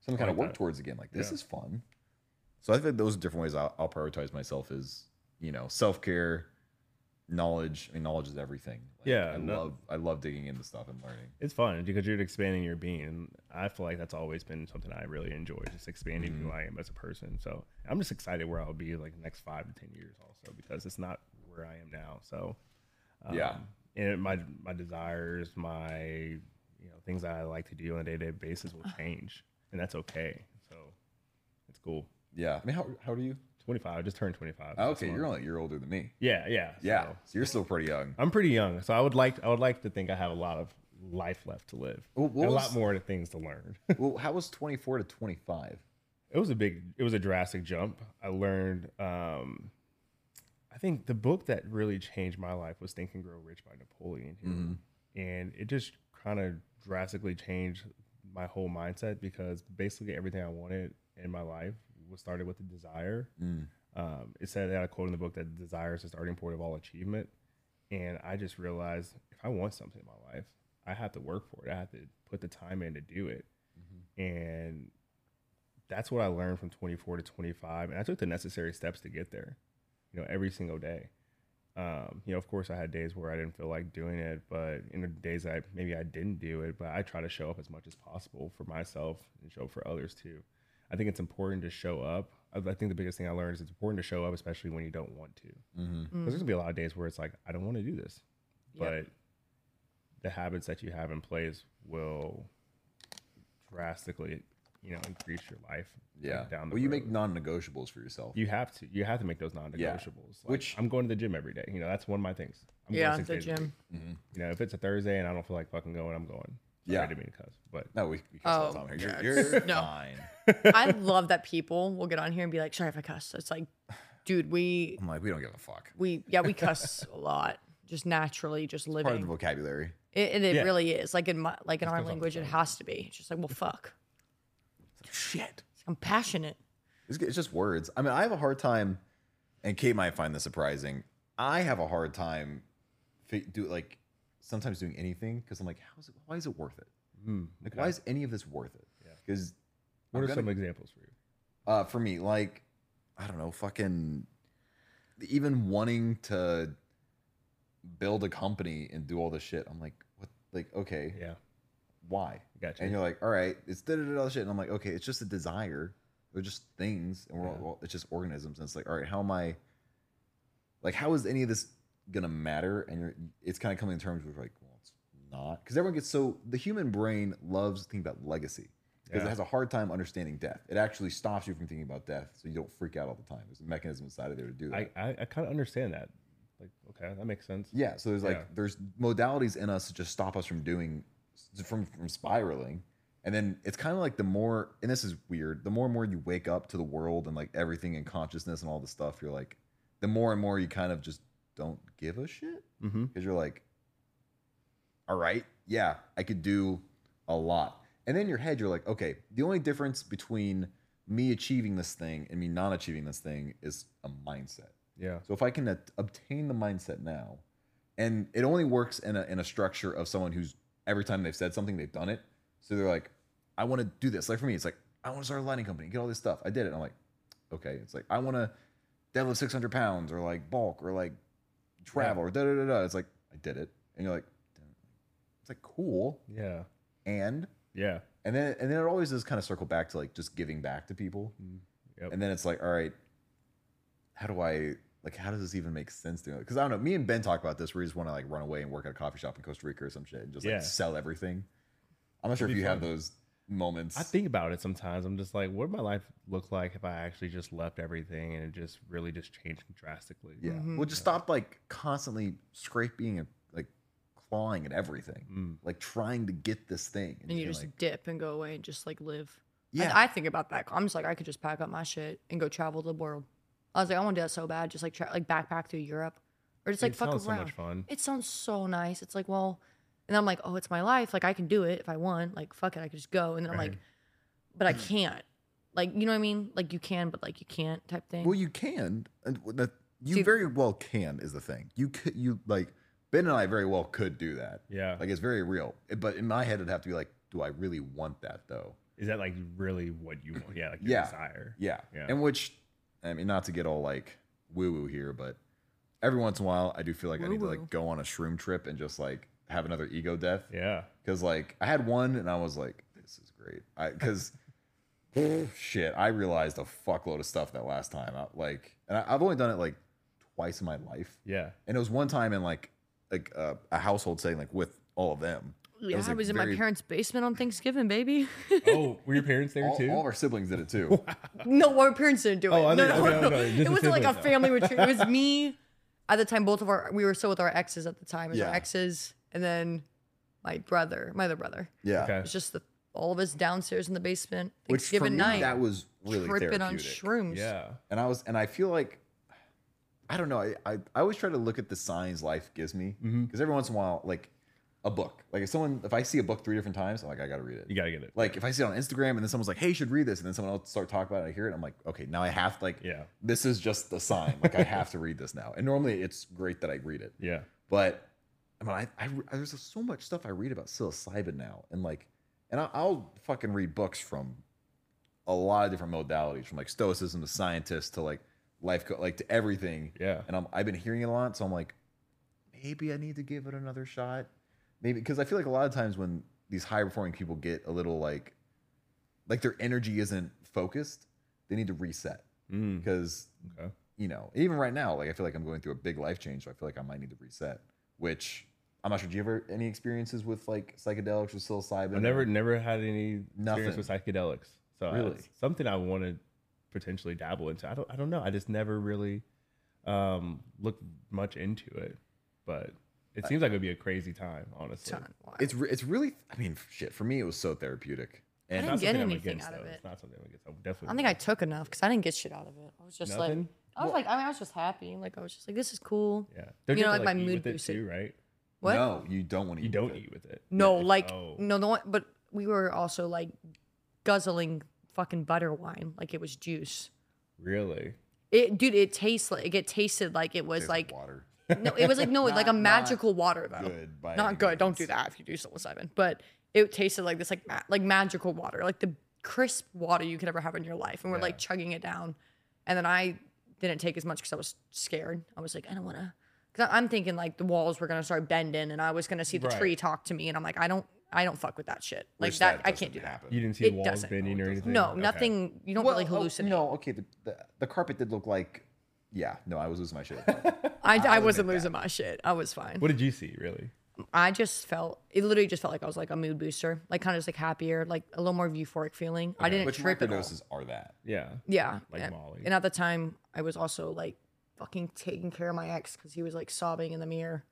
some kind like of work that. towards again. Like this Yeah. is fun. So I think those are different ways I'll, I'll prioritize myself is, you know, self care, knowledge. I mean, knowledge is everything. Like, Yeah, I no- love I love digging into stuff and learning. It's fun because you're expanding your being. And I feel like that's always been something I really enjoy, just expanding Mm-hmm. who I am as a person. So I'm just excited where I'll be like the next five to ten years also because it's not where I am now. So um, Yeah. and my my desires, my you know things that I like to do on a day to day basis will change, and that's okay. So it's cool. Yeah. I mean, how how old are you? 25, I just turned 25. Oh, this okay, you're month. only you're older than me. yeah, yeah, Yeah, so so you're still pretty young. I'm pretty young, so I would like I would like to think I have a lot of life left to live, Well, what and a lot was- more things to learn. well, how was 24 to 25? it was a big it was a drastic jump i learned um i think the book that really changed my life was think and grow rich by napoleon Hill. and it just kind of drastically changed my whole mindset because basically everything i wanted in my life was started with a desire Mm. um, it said that a quote in the book that desire is the starting point of all achievement and i just realized if i want something in my life i have to work for it i have to put the time in to do it Mm-hmm. and that's what I learned from 24 to 25, and I took the necessary steps to get there. You know, every single day. Um, you know, of course, I had days where I didn't feel like doing it, but in the days I maybe I didn't do it, but I try to show up as much as possible for myself and show up for others too. I think it's important to show up. I I think the biggest thing I learned is it's important to show up, especially when you don't want to. Mm-hmm. Mm. 'Cause there's gonna be a lot of days where it's like I don't want to do this, but Yep. the habits that you have in place will drastically, you know, increase your life. like, Yeah. down the well, you road. make non-negotiables for yourself. you have to you have to make those non-negotiables. Like, Which- I'm going to the gym every day. You know, that's one of my things. I'm yeah, going six the days a week. gym. You know, if it's a Thursday and I don't feel like fucking going, I'm going. Sorry, Mm-hmm. Yeah. I didn't mean to cuss, but no, we, we can't Oh, Tom here. yeah, You're, it's- you're no. fine. I love that people will get on here and be like, "Sorry if I cuss." It's like, dude, we I'm like, we don't give a fuck. we yeah we cuss a lot, just naturally, just Part of the living. vocabulary. It, and it Yeah. really is like in my like in our comes off the language, it has to be. It's just like, well, fuck. Shit. I'm passionate. It's, it's just words. I mean, I have a hard time, and Kate might find this surprising. I have a hard time fi- do like sometimes doing anything because I'm like, how's it? Why is it worth it? Like, Hmm. why is any of this worth it? Because what I'm are gonna- some examples for you? uh, for me, like I don't know, fucking even wanting to build a company and do all this shit. I'm like, what? Like, okay, Yeah, why? Gotcha. And you're like, all right, it's da da da da shit. And I'm like, okay, it's just a desire. They're just things, and we're all, Yeah. well, it's just organisms. And it's like, all right, how am I? Like, how is any of this gonna matter? And you're, it's kind of coming to terms with like, well, it's not because everyone gets so the human brain loves thinking about legacy because Yeah. it has a hard time understanding death. It actually stops you from thinking about death, so you don't freak out all the time. There's a mechanism inside of there to do that. I I, I kind of understand that. Like, okay, that makes sense. Yeah. So there's like Yeah. there's modalities in us to just stop us from doing from from spiraling. And then it's kind of like the more and this is weird, the more and more you wake up to the world and like everything and consciousness and all this stuff, you're like the more and more you kind of just don't give a shit. Mm-hmm. Because you're like, all right, yeah, I could do a lot. And in your head, you're like, okay, the only difference between me achieving this thing and me not achieving this thing is a mindset. Yeah. So if I can at- obtain the mindset now, and it only works in a, in a structure of someone who's every time they've said something, they've done it. So they're like, I want to do this. Like for me, it's like, I want to start a lighting company, get all this stuff. I did it. And I'm like, okay. It's like, I want to deadlift 600 pounds or like bulk or like travel or da da da da. It's like, I did it. And you're like, it's like cool. Yeah. And, Yeah. and then, and then it always does kind of circle back to like just giving back to people. Yep. And then it's like, all right, how do I like? How does this even make sense to me? Because I don't know. Me and Ben talk about this. where We just want to like run away and work at a coffee shop in Costa Rica or some shit and just Yeah. like sell everything. I'm not sure if It'd be you have fun. those moments. I think about it sometimes. I'm just like, what would my life look like if I actually just left everything and it just really just changed drastically? yeah. Mm-hmm. Well, just stop like constantly scraping and like clawing at everything, Mm-hmm. Mm. like trying to get this thing. and you being just like, dip and go away and just like live. Yeah. I, I think about that. I'm just like, I could just pack up my shit and go travel the world. I was like, I want to do that so bad, just like tra- like backpack through Europe, or just like it fuck around. sounds so much fun. It sounds so nice. It's like, well, and I'm like, oh, it's my life. Like I can do it if I want. Like fuck it, I could just go. And then I'm like, but I can't. Like you know what I mean? Like you can, but like you can't type thing. Well, you can, and w- that you See- very well can is the thing. You could, you like Ben and I very well could do that. Yeah. like it's very real. It- But in my head, it'd have to be like, do I really want that though? Is that like really what you want? Yeah. Like your Yeah. desire. Yeah. Yeah. And which, I mean, not to get all like woo woo here, but every once in a while, I do feel like I need to Woo-woo. like go on a shroom trip and just like have another ego death. Yeah. Cause like I had one and I was like, this is great. I, cause shit, I realized a fuckload of stuff that last time. I, like, and I, I've only done it like twice in my life. Yeah. And it was one time in like, like uh, a household setting, like with all of them. yeah, was, I like, was in my very- parents' basement on Thanksgiving, baby. Oh, were your parents there All, too? all of our siblings did it too. No, our parents didn't do it. Oh, I no, think- no, okay, no. okay, just It the wasn't like a siblings. family retreat. It was me at the time. Both of our we were still with our exes at the time. It was Yeah. Our exes, and then my brother, my other brother. Yeah. Okay. It's just the all of us downstairs in the basement. Which for Thanksgiving me, night, that was really tripping on therapeutic. shrooms. Yeah. and I was, and I feel like, I don't know. I, I, I always try to look at the signs life gives me because Mm-hmm. every once in a while, like a book, like if someone, if I see a book three different times, I'm like, I got to read it. You gotta get it. like if I see it on Instagram and then someone's like, "Hey, you should read this," and then someone else start talking about it, I hear it, I'm like, "Okay, now I have to like, Yeah. this is just the sign. Like I have to read this now." And normally it's great that I read it, Yeah. but I mean, I, I re- there's so much stuff I read about psilocybin now, and like, and I, I'll fucking read books from a lot of different modalities, from like stoicism to scientists to like life, co- like to everything. Yeah. And I'm I've been hearing it a lot, so I'm like, maybe I need to give it another shot. Maybe because I feel like a lot of times when these high performing people get a little like, like their energy isn't focused, they need to reset Mm. because Okay. you know, even right now, like I feel like I'm going through a big life change, so I feel like I might need to reset. Which I'm not sure. Do you ever any experiences with like psychedelics or psilocybin? I've never never had any Nothing. experience with psychedelics. So Really? it's something I want to potentially dabble into. I don't I don't know. I just never really um looked much into it. But it seems like it'd be a crazy time, honestly. Ton. Wow. It's re- it's really. I mean, shit. For me, it was so therapeutic. I And didn't get something I'm anything against, out of though. it. It's not something I'm against. I definitely I don't think I took enough because I didn't get shit out of it. I was just like, Nothing? I was like, I mean, I was just happy. Like I was just like, this is cool. yeah. You Don't know, have to, like, my eat mood with it boosted- too, right? What? no, you don't want to. You don't eat with it. No, like oh. no, the one, but we were also like guzzling fucking butter wine, like it was juice. Really? It, dude, it tastes like it tasted like it was Tastes like water. no, it was like no, like a Not- not magical water though. Good. By any Not good. Don't means. do that if you do psilocybin. But it tasted like this, like ma- like magical water, like the crisp water you could ever have in your life. And we're like chugging it down, and then I didn't take as much because I was scared. I was like, I don't want to. Cause I- I'm thinking like the walls were gonna start bending, and I was gonna see the Right. tree talk to me, and I'm like, I don't, I don't fuck with that shit. Like Wish that, I can't doesn't do that. happen. You didn't see It walls doesn't. bending No, it or doesn't. anything? No, Okay. nothing. You don't really oh, hallucinate. no, okay. The, the the carpet did look like. Yeah. No, I was losing my shit. with that. I, I I'll wasn't admit losing my shit. I was fine. What did you see, really? I just felt it literally just felt like I was like a mood booster, like kind of just like happier, like a little more euphoric feeling. I didn't Which trip at all. microdoses are that? Yeah. Yeah, Like and, Molly. And at the time, I was also like fucking taking care of my ex because he was like sobbing in the mirror,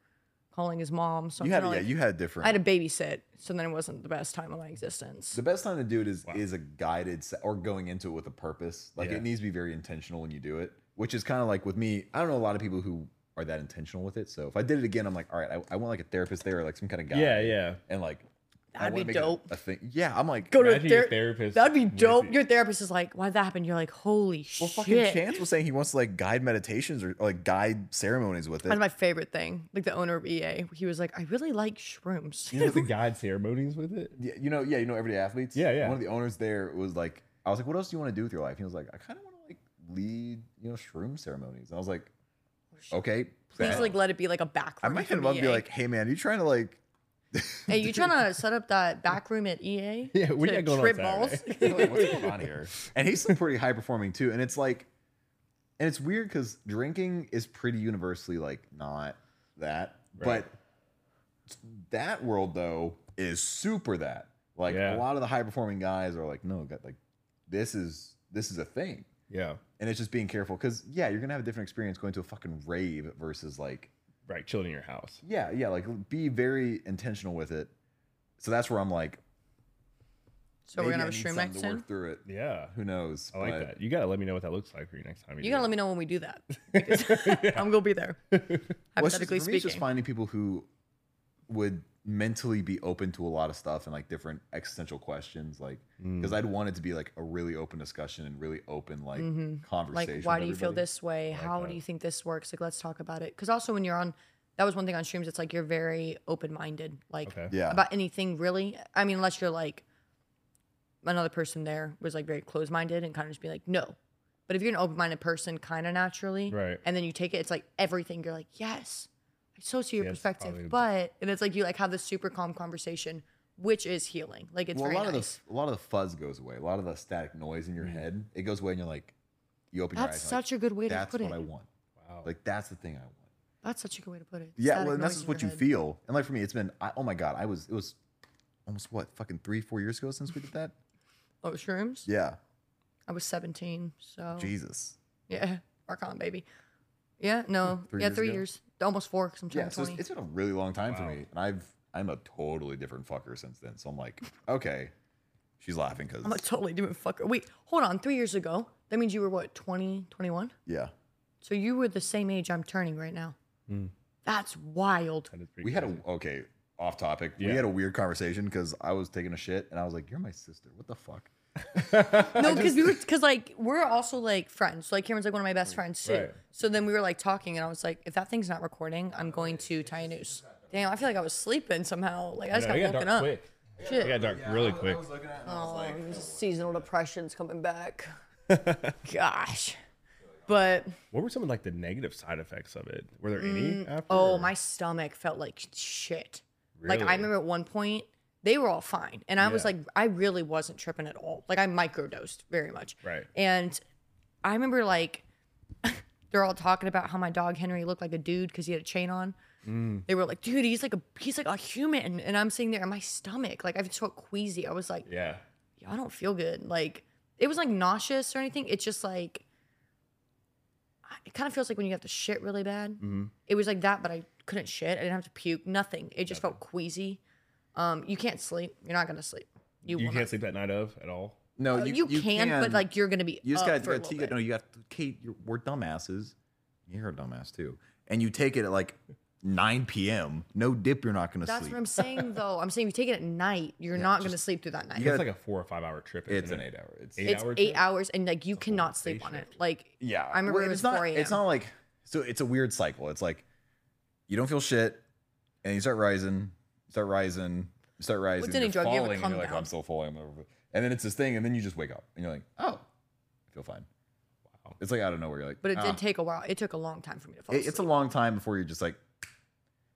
calling his mom. So I'm You had kinda, yeah. like- You had different. I had a babysit, so then it wasn't the best time of my existence. The best time to do it is is a guided se- or going into it with a purpose. Like Yeah. it needs to be very intentional when you do it, which is kind of like with me. I don't know a lot of people who are that intentional with it. So if I did it again, I'm like, all right, I, I want like a therapist there, or like some kind of guy. Yeah, yeah. And like, I That'd wanna be make it a- dope. A thing. Yeah, I'm like, Go to a Imagine your ther- therapist That'd be with dope. you. Your therapist is like, "Why'd that happen?" You're like, "Holy well, fucking shit!" Chance was saying he wants to like guide meditations or, or, like guide ceremonies with it. That's my favorite thing. Like the owner of EA, he was like, "I really like shrooms." You know the guide ceremonies with it. Yeah, you know, yeah, you know, everyday athletes. Yeah, yeah. One of the owners there was like, I was like, what else do you want to do with your life? He was like, I kind of want to like lead, you know, shroom ceremonies. And I was like, okay, Please, bet. like, let it be like a back I room. might hit from him up and be EA. like, hey man, are you trying to like, "Hey, you trying to set up that back room at E EA? Yeah, what do to you got going on trip Saturday? balls?" like, what's going on here? And he's still pretty high performing too. And it's like, and it's weird because drinking is pretty universally like not that, Right. but that world though is super that. Like Yeah. a lot of the high performing guys are like, no, got like this is this is a thing. Yeah. and it's just being careful because yeah you're gonna have a different experience going to a fucking rave versus like Right. Chilling in your house. yeah yeah like be very intentional with it so that's where i'm like so we're maybe gonna I have a need shroom something night to soon. work through it Yeah. who knows I like but- that. You gotta let me know what that looks like for you next time. You gotta let me know when we do that. because I'm gonna be there. well, it's just- Hypothetically for me, it's just speaking, finding people who would mentally be open to a lot of stuff and like different existential questions like Mm, because i'd want it to be like a really open discussion and really open like conversation Mm. Mm-hmm. like, with why do you feel everybody. this way? How do you think this works? Like, let's talk about it. Because also, when you're on, that was one thing on streams. It's like you're very open minded, like Okay. yeah about anything really. I mean, unless you're like another person there was like very closed minded and kind of just be like, no. But if you're an open minded person, kind of naturally, Right. And then you take it, it's like everything. You're like, yes, I so see your Yeah, it's perspective, probably- but and it's like you like have this super calm conversation, which is healing. Like it's well, a very lot nice. Mm. of the a lot of the fuzz goes away. A lot of the static noise in your head it goes away, and you're like, you open That's your eyes. such a good way and you're to like, that's put it. what I want. Wow. Like that's the thing I want. That's such a good way to put it. Yeah, Static well, and that's noise just in what you your head. feel. And like for me, it's been I, oh my god, I was it was almost what fucking three four years ago since we did that. Oh, shrooms. Yeah, I was 17, so Jesus. yeah, rock on, baby. Yeah, no, Three yeah, years three ago? years, almost four, because I'm turning Yeah, so it's, 20. it's been a really long time for Wow. me, and I've I'm a totally different fucker since then. So I'm like, okay, she's laughing because I'm a totally different fucker. Wait, hold on. Three years ago, that means you were what, 20, 21? yeah, So you were the same age I'm turning right now. Hmm. That's wild. That is pretty we had a crazy. okay off topic. We Yeah. had a weird conversation because I was taking a shit and I was like, you're my sister. What the fuck? Oh, No, because we were, because like we're also like friends. Like Cameron's like one of my best friends too. Right. So then we were like talking, and I was like, if that thing's not recording, I'm going to tie a noose. Damn, I feel like I was sleeping somehow. Like I just No, it got woken up. quick. Shit. It got dark really quick. looking at it and Oh, seasonal depression's coming back. Gosh. But What were some of like the negative side effects of it? Were there any? After, oh, or- my stomach felt like shit. Like I Really? remember at one point they were all fine, and I was Yeah. like, I really wasn't tripping at all. Like I microdosed very much. Right. And I remember like they're all talking about how my dog Henry looked like a dude because he had a chain on. Mm. They were like, dude, he's like a he's like a human, and I'm sitting there, and my stomach like I just felt queasy. I was like, Yeah. I don't feel good. Like it was like nauseous or anything. It's just like it kind of feels like when you have to shit really bad. Mm-hmm. It was like that, but I couldn't shit. I didn't have to puke. Nothing. It just felt queasy. Um, you can't sleep. You're not gonna sleep. You, You will can't not. sleep that night of at all. No, Uh, You, can, but like you're gonna be. you just up gotta, Oh, for a gotta take little it. No, bit. you have to, Kate. You're, we're dumbasses. You're a dumbass too, and you take it at like 9 p.m. No dip, you're not gonna That's sleep. what I'm saying though. I'm saying if you take it at night, you're not gonna sleep through that night. gotta- It's like a four or five hour trip. it's isn't an it? eight-hour. It's Eight it's hour eight trip? hours, and like you cannot sleep day on it. shift. Like yeah. I remember well, it was it's not. 4 a.m. It's not like so. It's a weird cycle. It's like you don't feel shit, and you start rising, start rising, start rising. any you're drug you have a falling, and come you're like, down. I'm still falling. I'm over. And then it's this thing, and then you just wake up, and you're like, oh, I feel fine. Wow. It's like out of nowhere. You're like, But it "Ah." did take a while. It took a long time for me to fall It- asleep. it's a long time before you're just like,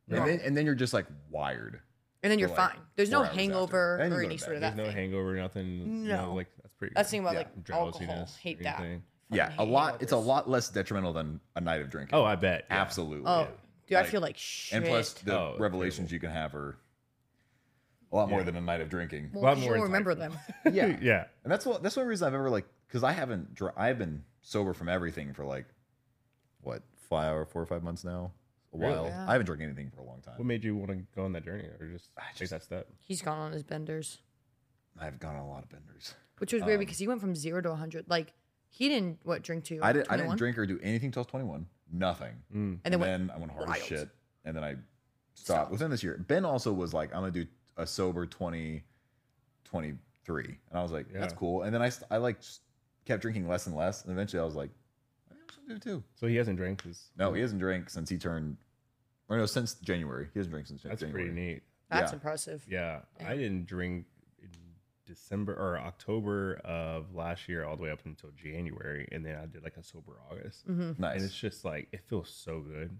and then and then you're just like wired. and then you're for, like, fine. There's no four hours hangover after. And or you go to any bed. sort of There's that. no thing. hangover, nothing. No. No. like that's pretty. That's the thing about Yeah. like alcohol. Drowsiness, Hate that. anything. Yeah, a Fucking lot. It's a hangovers. lot less detrimental than a night of drinking. Oh, I bet. Yeah. absolutely. Oh, dude, I Like, feel like shit. And plus, the Oh, revelations you can have are a lot more than a night of drinking. well, lot 'cause you more don't remember insightful. them. yeah, Yeah. and that's what that's one reason I've ever like because I haven't dr- I've been sober from everything for like what five or four or five months now. A Really? while. Yeah. I haven't drank anything for a long What time. made you want to go on that journey or just, take that step? He's gone on his benders, I've gone on a lot of benders. which was weird because he went from zero to 100. Like he didn't what drink to. I didn't. I 21? didn't drink or do anything till I was 21. Nothing. And then and went then I went hard as wild. shit, and then I stopped within this year. Ben also was like, "I'm gonna do a sober 20, 23. And I was like, that's Yeah. cool. And then I, st- I like s- kept drinking less and less. And eventually I was like, I think I should do it too. So he hasn't drank this. No, he hasn't drank since he turned, or no, since January. He hasn't drank since That's January. pretty neat. That's Yeah. impressive. Yeah, I didn't drink in December or October of last year all the way up until January, and then I did like a sober August, Mm-hmm. and it's Nice. just like it feels so good.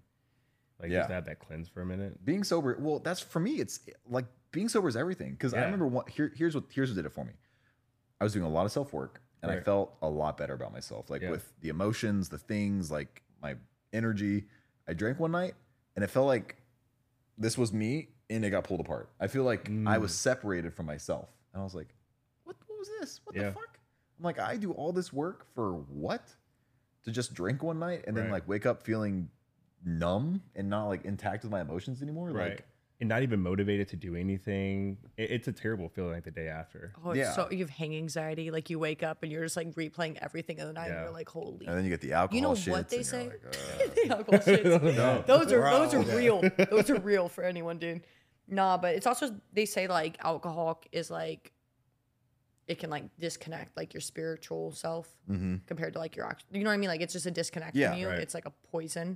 Like Yeah. just to have that cleanse for a minute. Being sober, well, that's for me. It's like being sober is everything. Because I Yeah. remember one. Here, here's what here's what did it for me. I was doing a lot of self work, and I Right. felt a lot better about myself. Like Yeah. with the emotions, the things, like my energy. I drank one night, and it felt like this was me, and it got pulled apart. I feel like I Mm. was separated from myself, and I was like, "What? What was this? What the Yeah. fuck?" I'm like, I do all this work for what? To just drink one night and then Right. like wake up feeling numb and not like intact with my emotions anymore. Right. Like and not even motivated to do anything. It, it's a terrible feeling like the day after. Oh, it's Yeah. so you have hang anxiety. Like you wake up and you're just like replaying everything of the night. And Yeah. you're like, holy. And then you get the alcohol. You know shits what they and you're say? like, uh, The alcohol shits. Those are those are Wow. real. Those are real for anyone, dude. Nah, but it's also they say like alcohol is like it can like disconnect like your spiritual self mm-hmm. compared to like your act- you know what I mean? Like it's just a disconnect Yeah, from you. right. It's like a poison,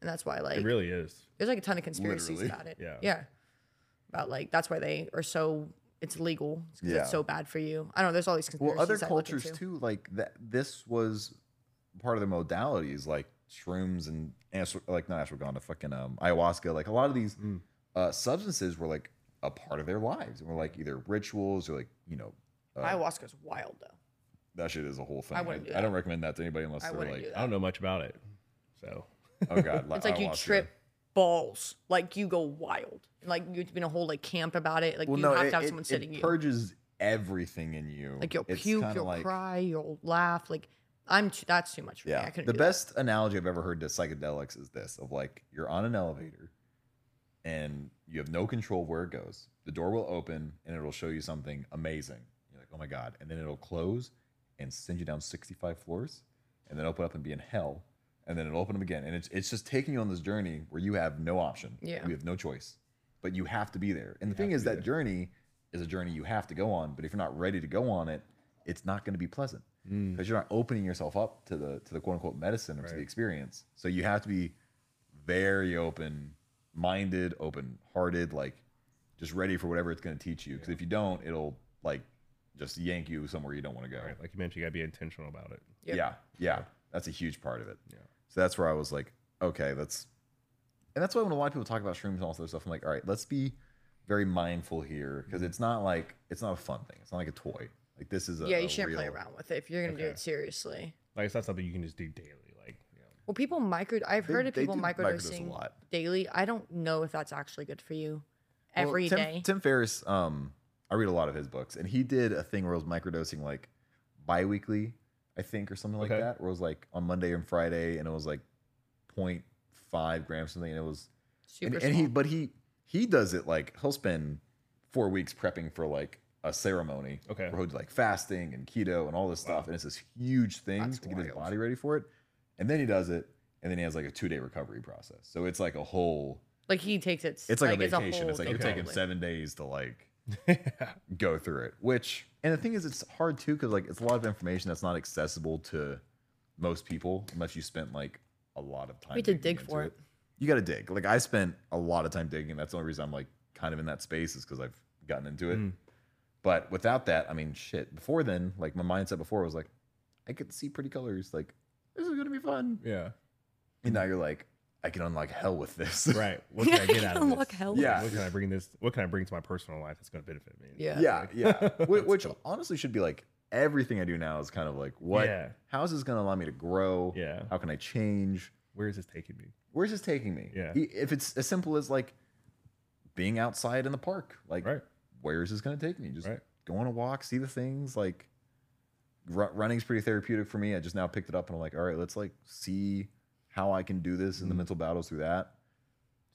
and that's why like It really is. there's like a ton of conspiracies Literally. about it. Yeah. yeah, about like that's why they are so it's legal. It's 'cause Yeah. it's so bad for you. I don't know. There's all these conspiracies. well, other I look cultures into. too. Like that. This was part of the modalities, like shrooms and astro, like not ashwagandha, fucking um, ayahuasca. Like a lot of these uh, substances were like a part of their lives, and were like either rituals or like you know uh, Ayahuasca's wild though. that shit is a whole thing. I, wouldn't do I don't recommend that to anybody unless I they're wouldn't do like, that. I don't know much about it. So oh god, It's like you ayahuasca. trip balls, like you go wild, like you've been a whole like camp about it. Like Well, you no, have it, to have it- someone it sitting you. purges everything in you. Like you'll It's puke, kinda you'll like- cry, you'll laugh. Like I'm too, that's too much for me. I Yeah. couldn't. The do best analogy I've ever heard to psychedelics is this of like you're on an elevator and you have no control of where it goes. The door will open and it'll show you something amazing. You're like, oh my God. And then it'll close and send you down 65 floors and then open up and be in hell. And then it'll open up again. And it's, it's just taking you on this journey where you have no option. Yeah. You have no choice, but you have to be there. And the thing is, that journey is a journey you have to go on. But if you're not ready to go on it, it's not going to be pleasant because Mm-hmm. you're not opening yourself up to the to the quote unquote medicine or to the experience. So you have to be very open minded, open hearted, like just ready for whatever it's going to teach you. Because if you don't, it'll like just yank you somewhere you don't want to go. right, like you mentioned, you gotta be intentional about it. Yep. Yeah, yeah, that's a huge part of it. Yeah. So that's where I was like, okay, that's, and that's why when a lot of people talk about shrooms and all this other stuff, I'm like, all right, let's be very mindful here because Mm-hmm. it's not like it's not a fun thing. It's not like a toy. Like this is a it. Yeah, a you shouldn't play real- around with it if you're gonna do Okay. it seriously. Like it's not something you can just do daily. Like you know, Well, people micro. I've They- heard of they people do microdose a microdosing lot. daily. I don't know if that's actually good for you. Every day. Tim, Tim Ferriss, um, I read a lot of his books, and he did a thing where it was microdosing like biweekly, I think, or something like Okay. that, where it was like on Monday and Friday, and it was like 0.5 grams something, and it was Super and, and he small. but he he does it like he'll spend four weeks prepping for like a ceremony Okay. where he'll do like fasting and keto and all this stuff and it's this huge thing That's to get his wild. body ready for it and then he does it and then he has like a two-day recovery process so it's like a whole like he takes it. it's like, a it's vacation it's, whole like thing, you're taking totally. seven days to like go through it which and the thing is it's hard too because like it's a lot of information that's not accessible to most people unless you spent like a lot of time have to digging dig into for it. you gotta dig. Like I spent a lot of time digging. That's the only reason I'm like kind of in that space is because I've gotten into it. But without that, I mean, shit. Before then, like my mindset before was like, I could see pretty colors. Like this is gonna be fun. yeah, And now you're like, I can unlock hell with this. right. What can I get out of this? Unlock hell. Yeah. What can I bring this? What can I bring to my personal life that's gonna benefit me? Yeah. Yeah. Yeah. Whi- Which honestly should be like everything I do now is kind of like, what? Yeah. How is this gonna allow me to grow? Yeah. How can I change? Where is this taking me? where's this taking me? Yeah. E- If it's as simple as like being outside in the park, like Right. where is this going to take me? Just Right. go on a walk, see the things. Like ru- running's pretty therapeutic for me. I just now picked it up and I'm like, all right, let's like see how I can do this and the Mm-hmm. mental battles through that.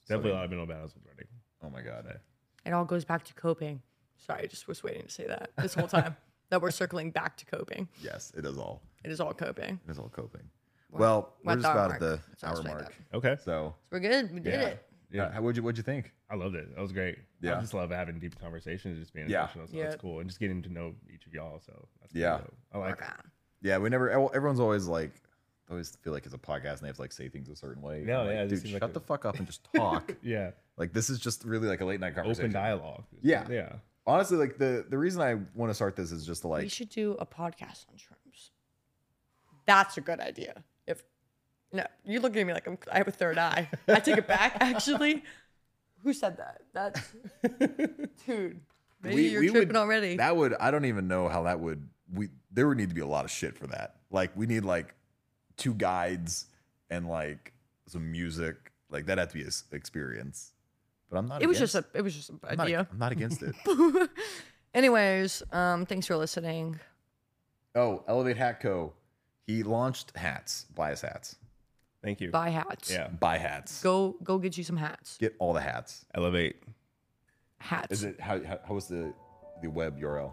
Definitely a lot of mental battles with running. Oh my god. It all goes back to coping. Sorry, I just was waiting to say that this whole time that we're circling back to coping. Yes, it is all. It is all coping. It is all coping. Well, We're we're at just the hour about at mark. the Sounds hour like mark. that. Okay. So We're good. We did yeah. it. Yeah. Yeah. How, what'd you What'd you think? I loved it. That was great. Yeah. I just love having deep conversations, just being Yeah. intentional. So Yeah. that's cool. And just getting to know each of y'all. So that's Yeah. dope. I like it. Yeah, we never. ev- Everyone's always like, I always feel like it's a podcast and they have to like say things a certain way. No, I'm like, yeah, it just dude, seems shut like a- the fuck up and just talk. Yeah. like this is just really like a late night conversation. Open dialogue. Yeah. Yeah. Honestly, like the the reason I want to start this is just to we like should do a podcast on shrooms. That's a good idea. If no, you're looking at me like I'm, I have a third eye. I take it back. Actually, who said that? That's dude. Maybe We- you're we would- tripping already. that would I don't even know how that would we there would need to be a lot of shit for that. Like we need like two guides and like some music. Like that had to be an experience. But I'm not. it was against- just a. It was just an I'm not, idea. I'm not against it. Anyways, um, thanks for listening. oh, Elevate Hat Co. He launched hats. Buy his hats. Thank you. Buy hats. Yeah. Buy hats. Go go get you some hats. Get all the hats. Elevate. Hats. Is it how how, how was the the web URL?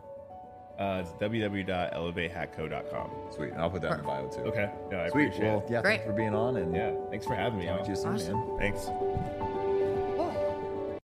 Uh, it's www.elevatehatco.com. Sweet. And I'll put that in the bio too. Okay. No, I Sweet. appreciate Well, it. yeah. Great. Thanks for being on and Yeah. Thanks for having me. talk to you y'all. soon, Awesome. man. Thanks.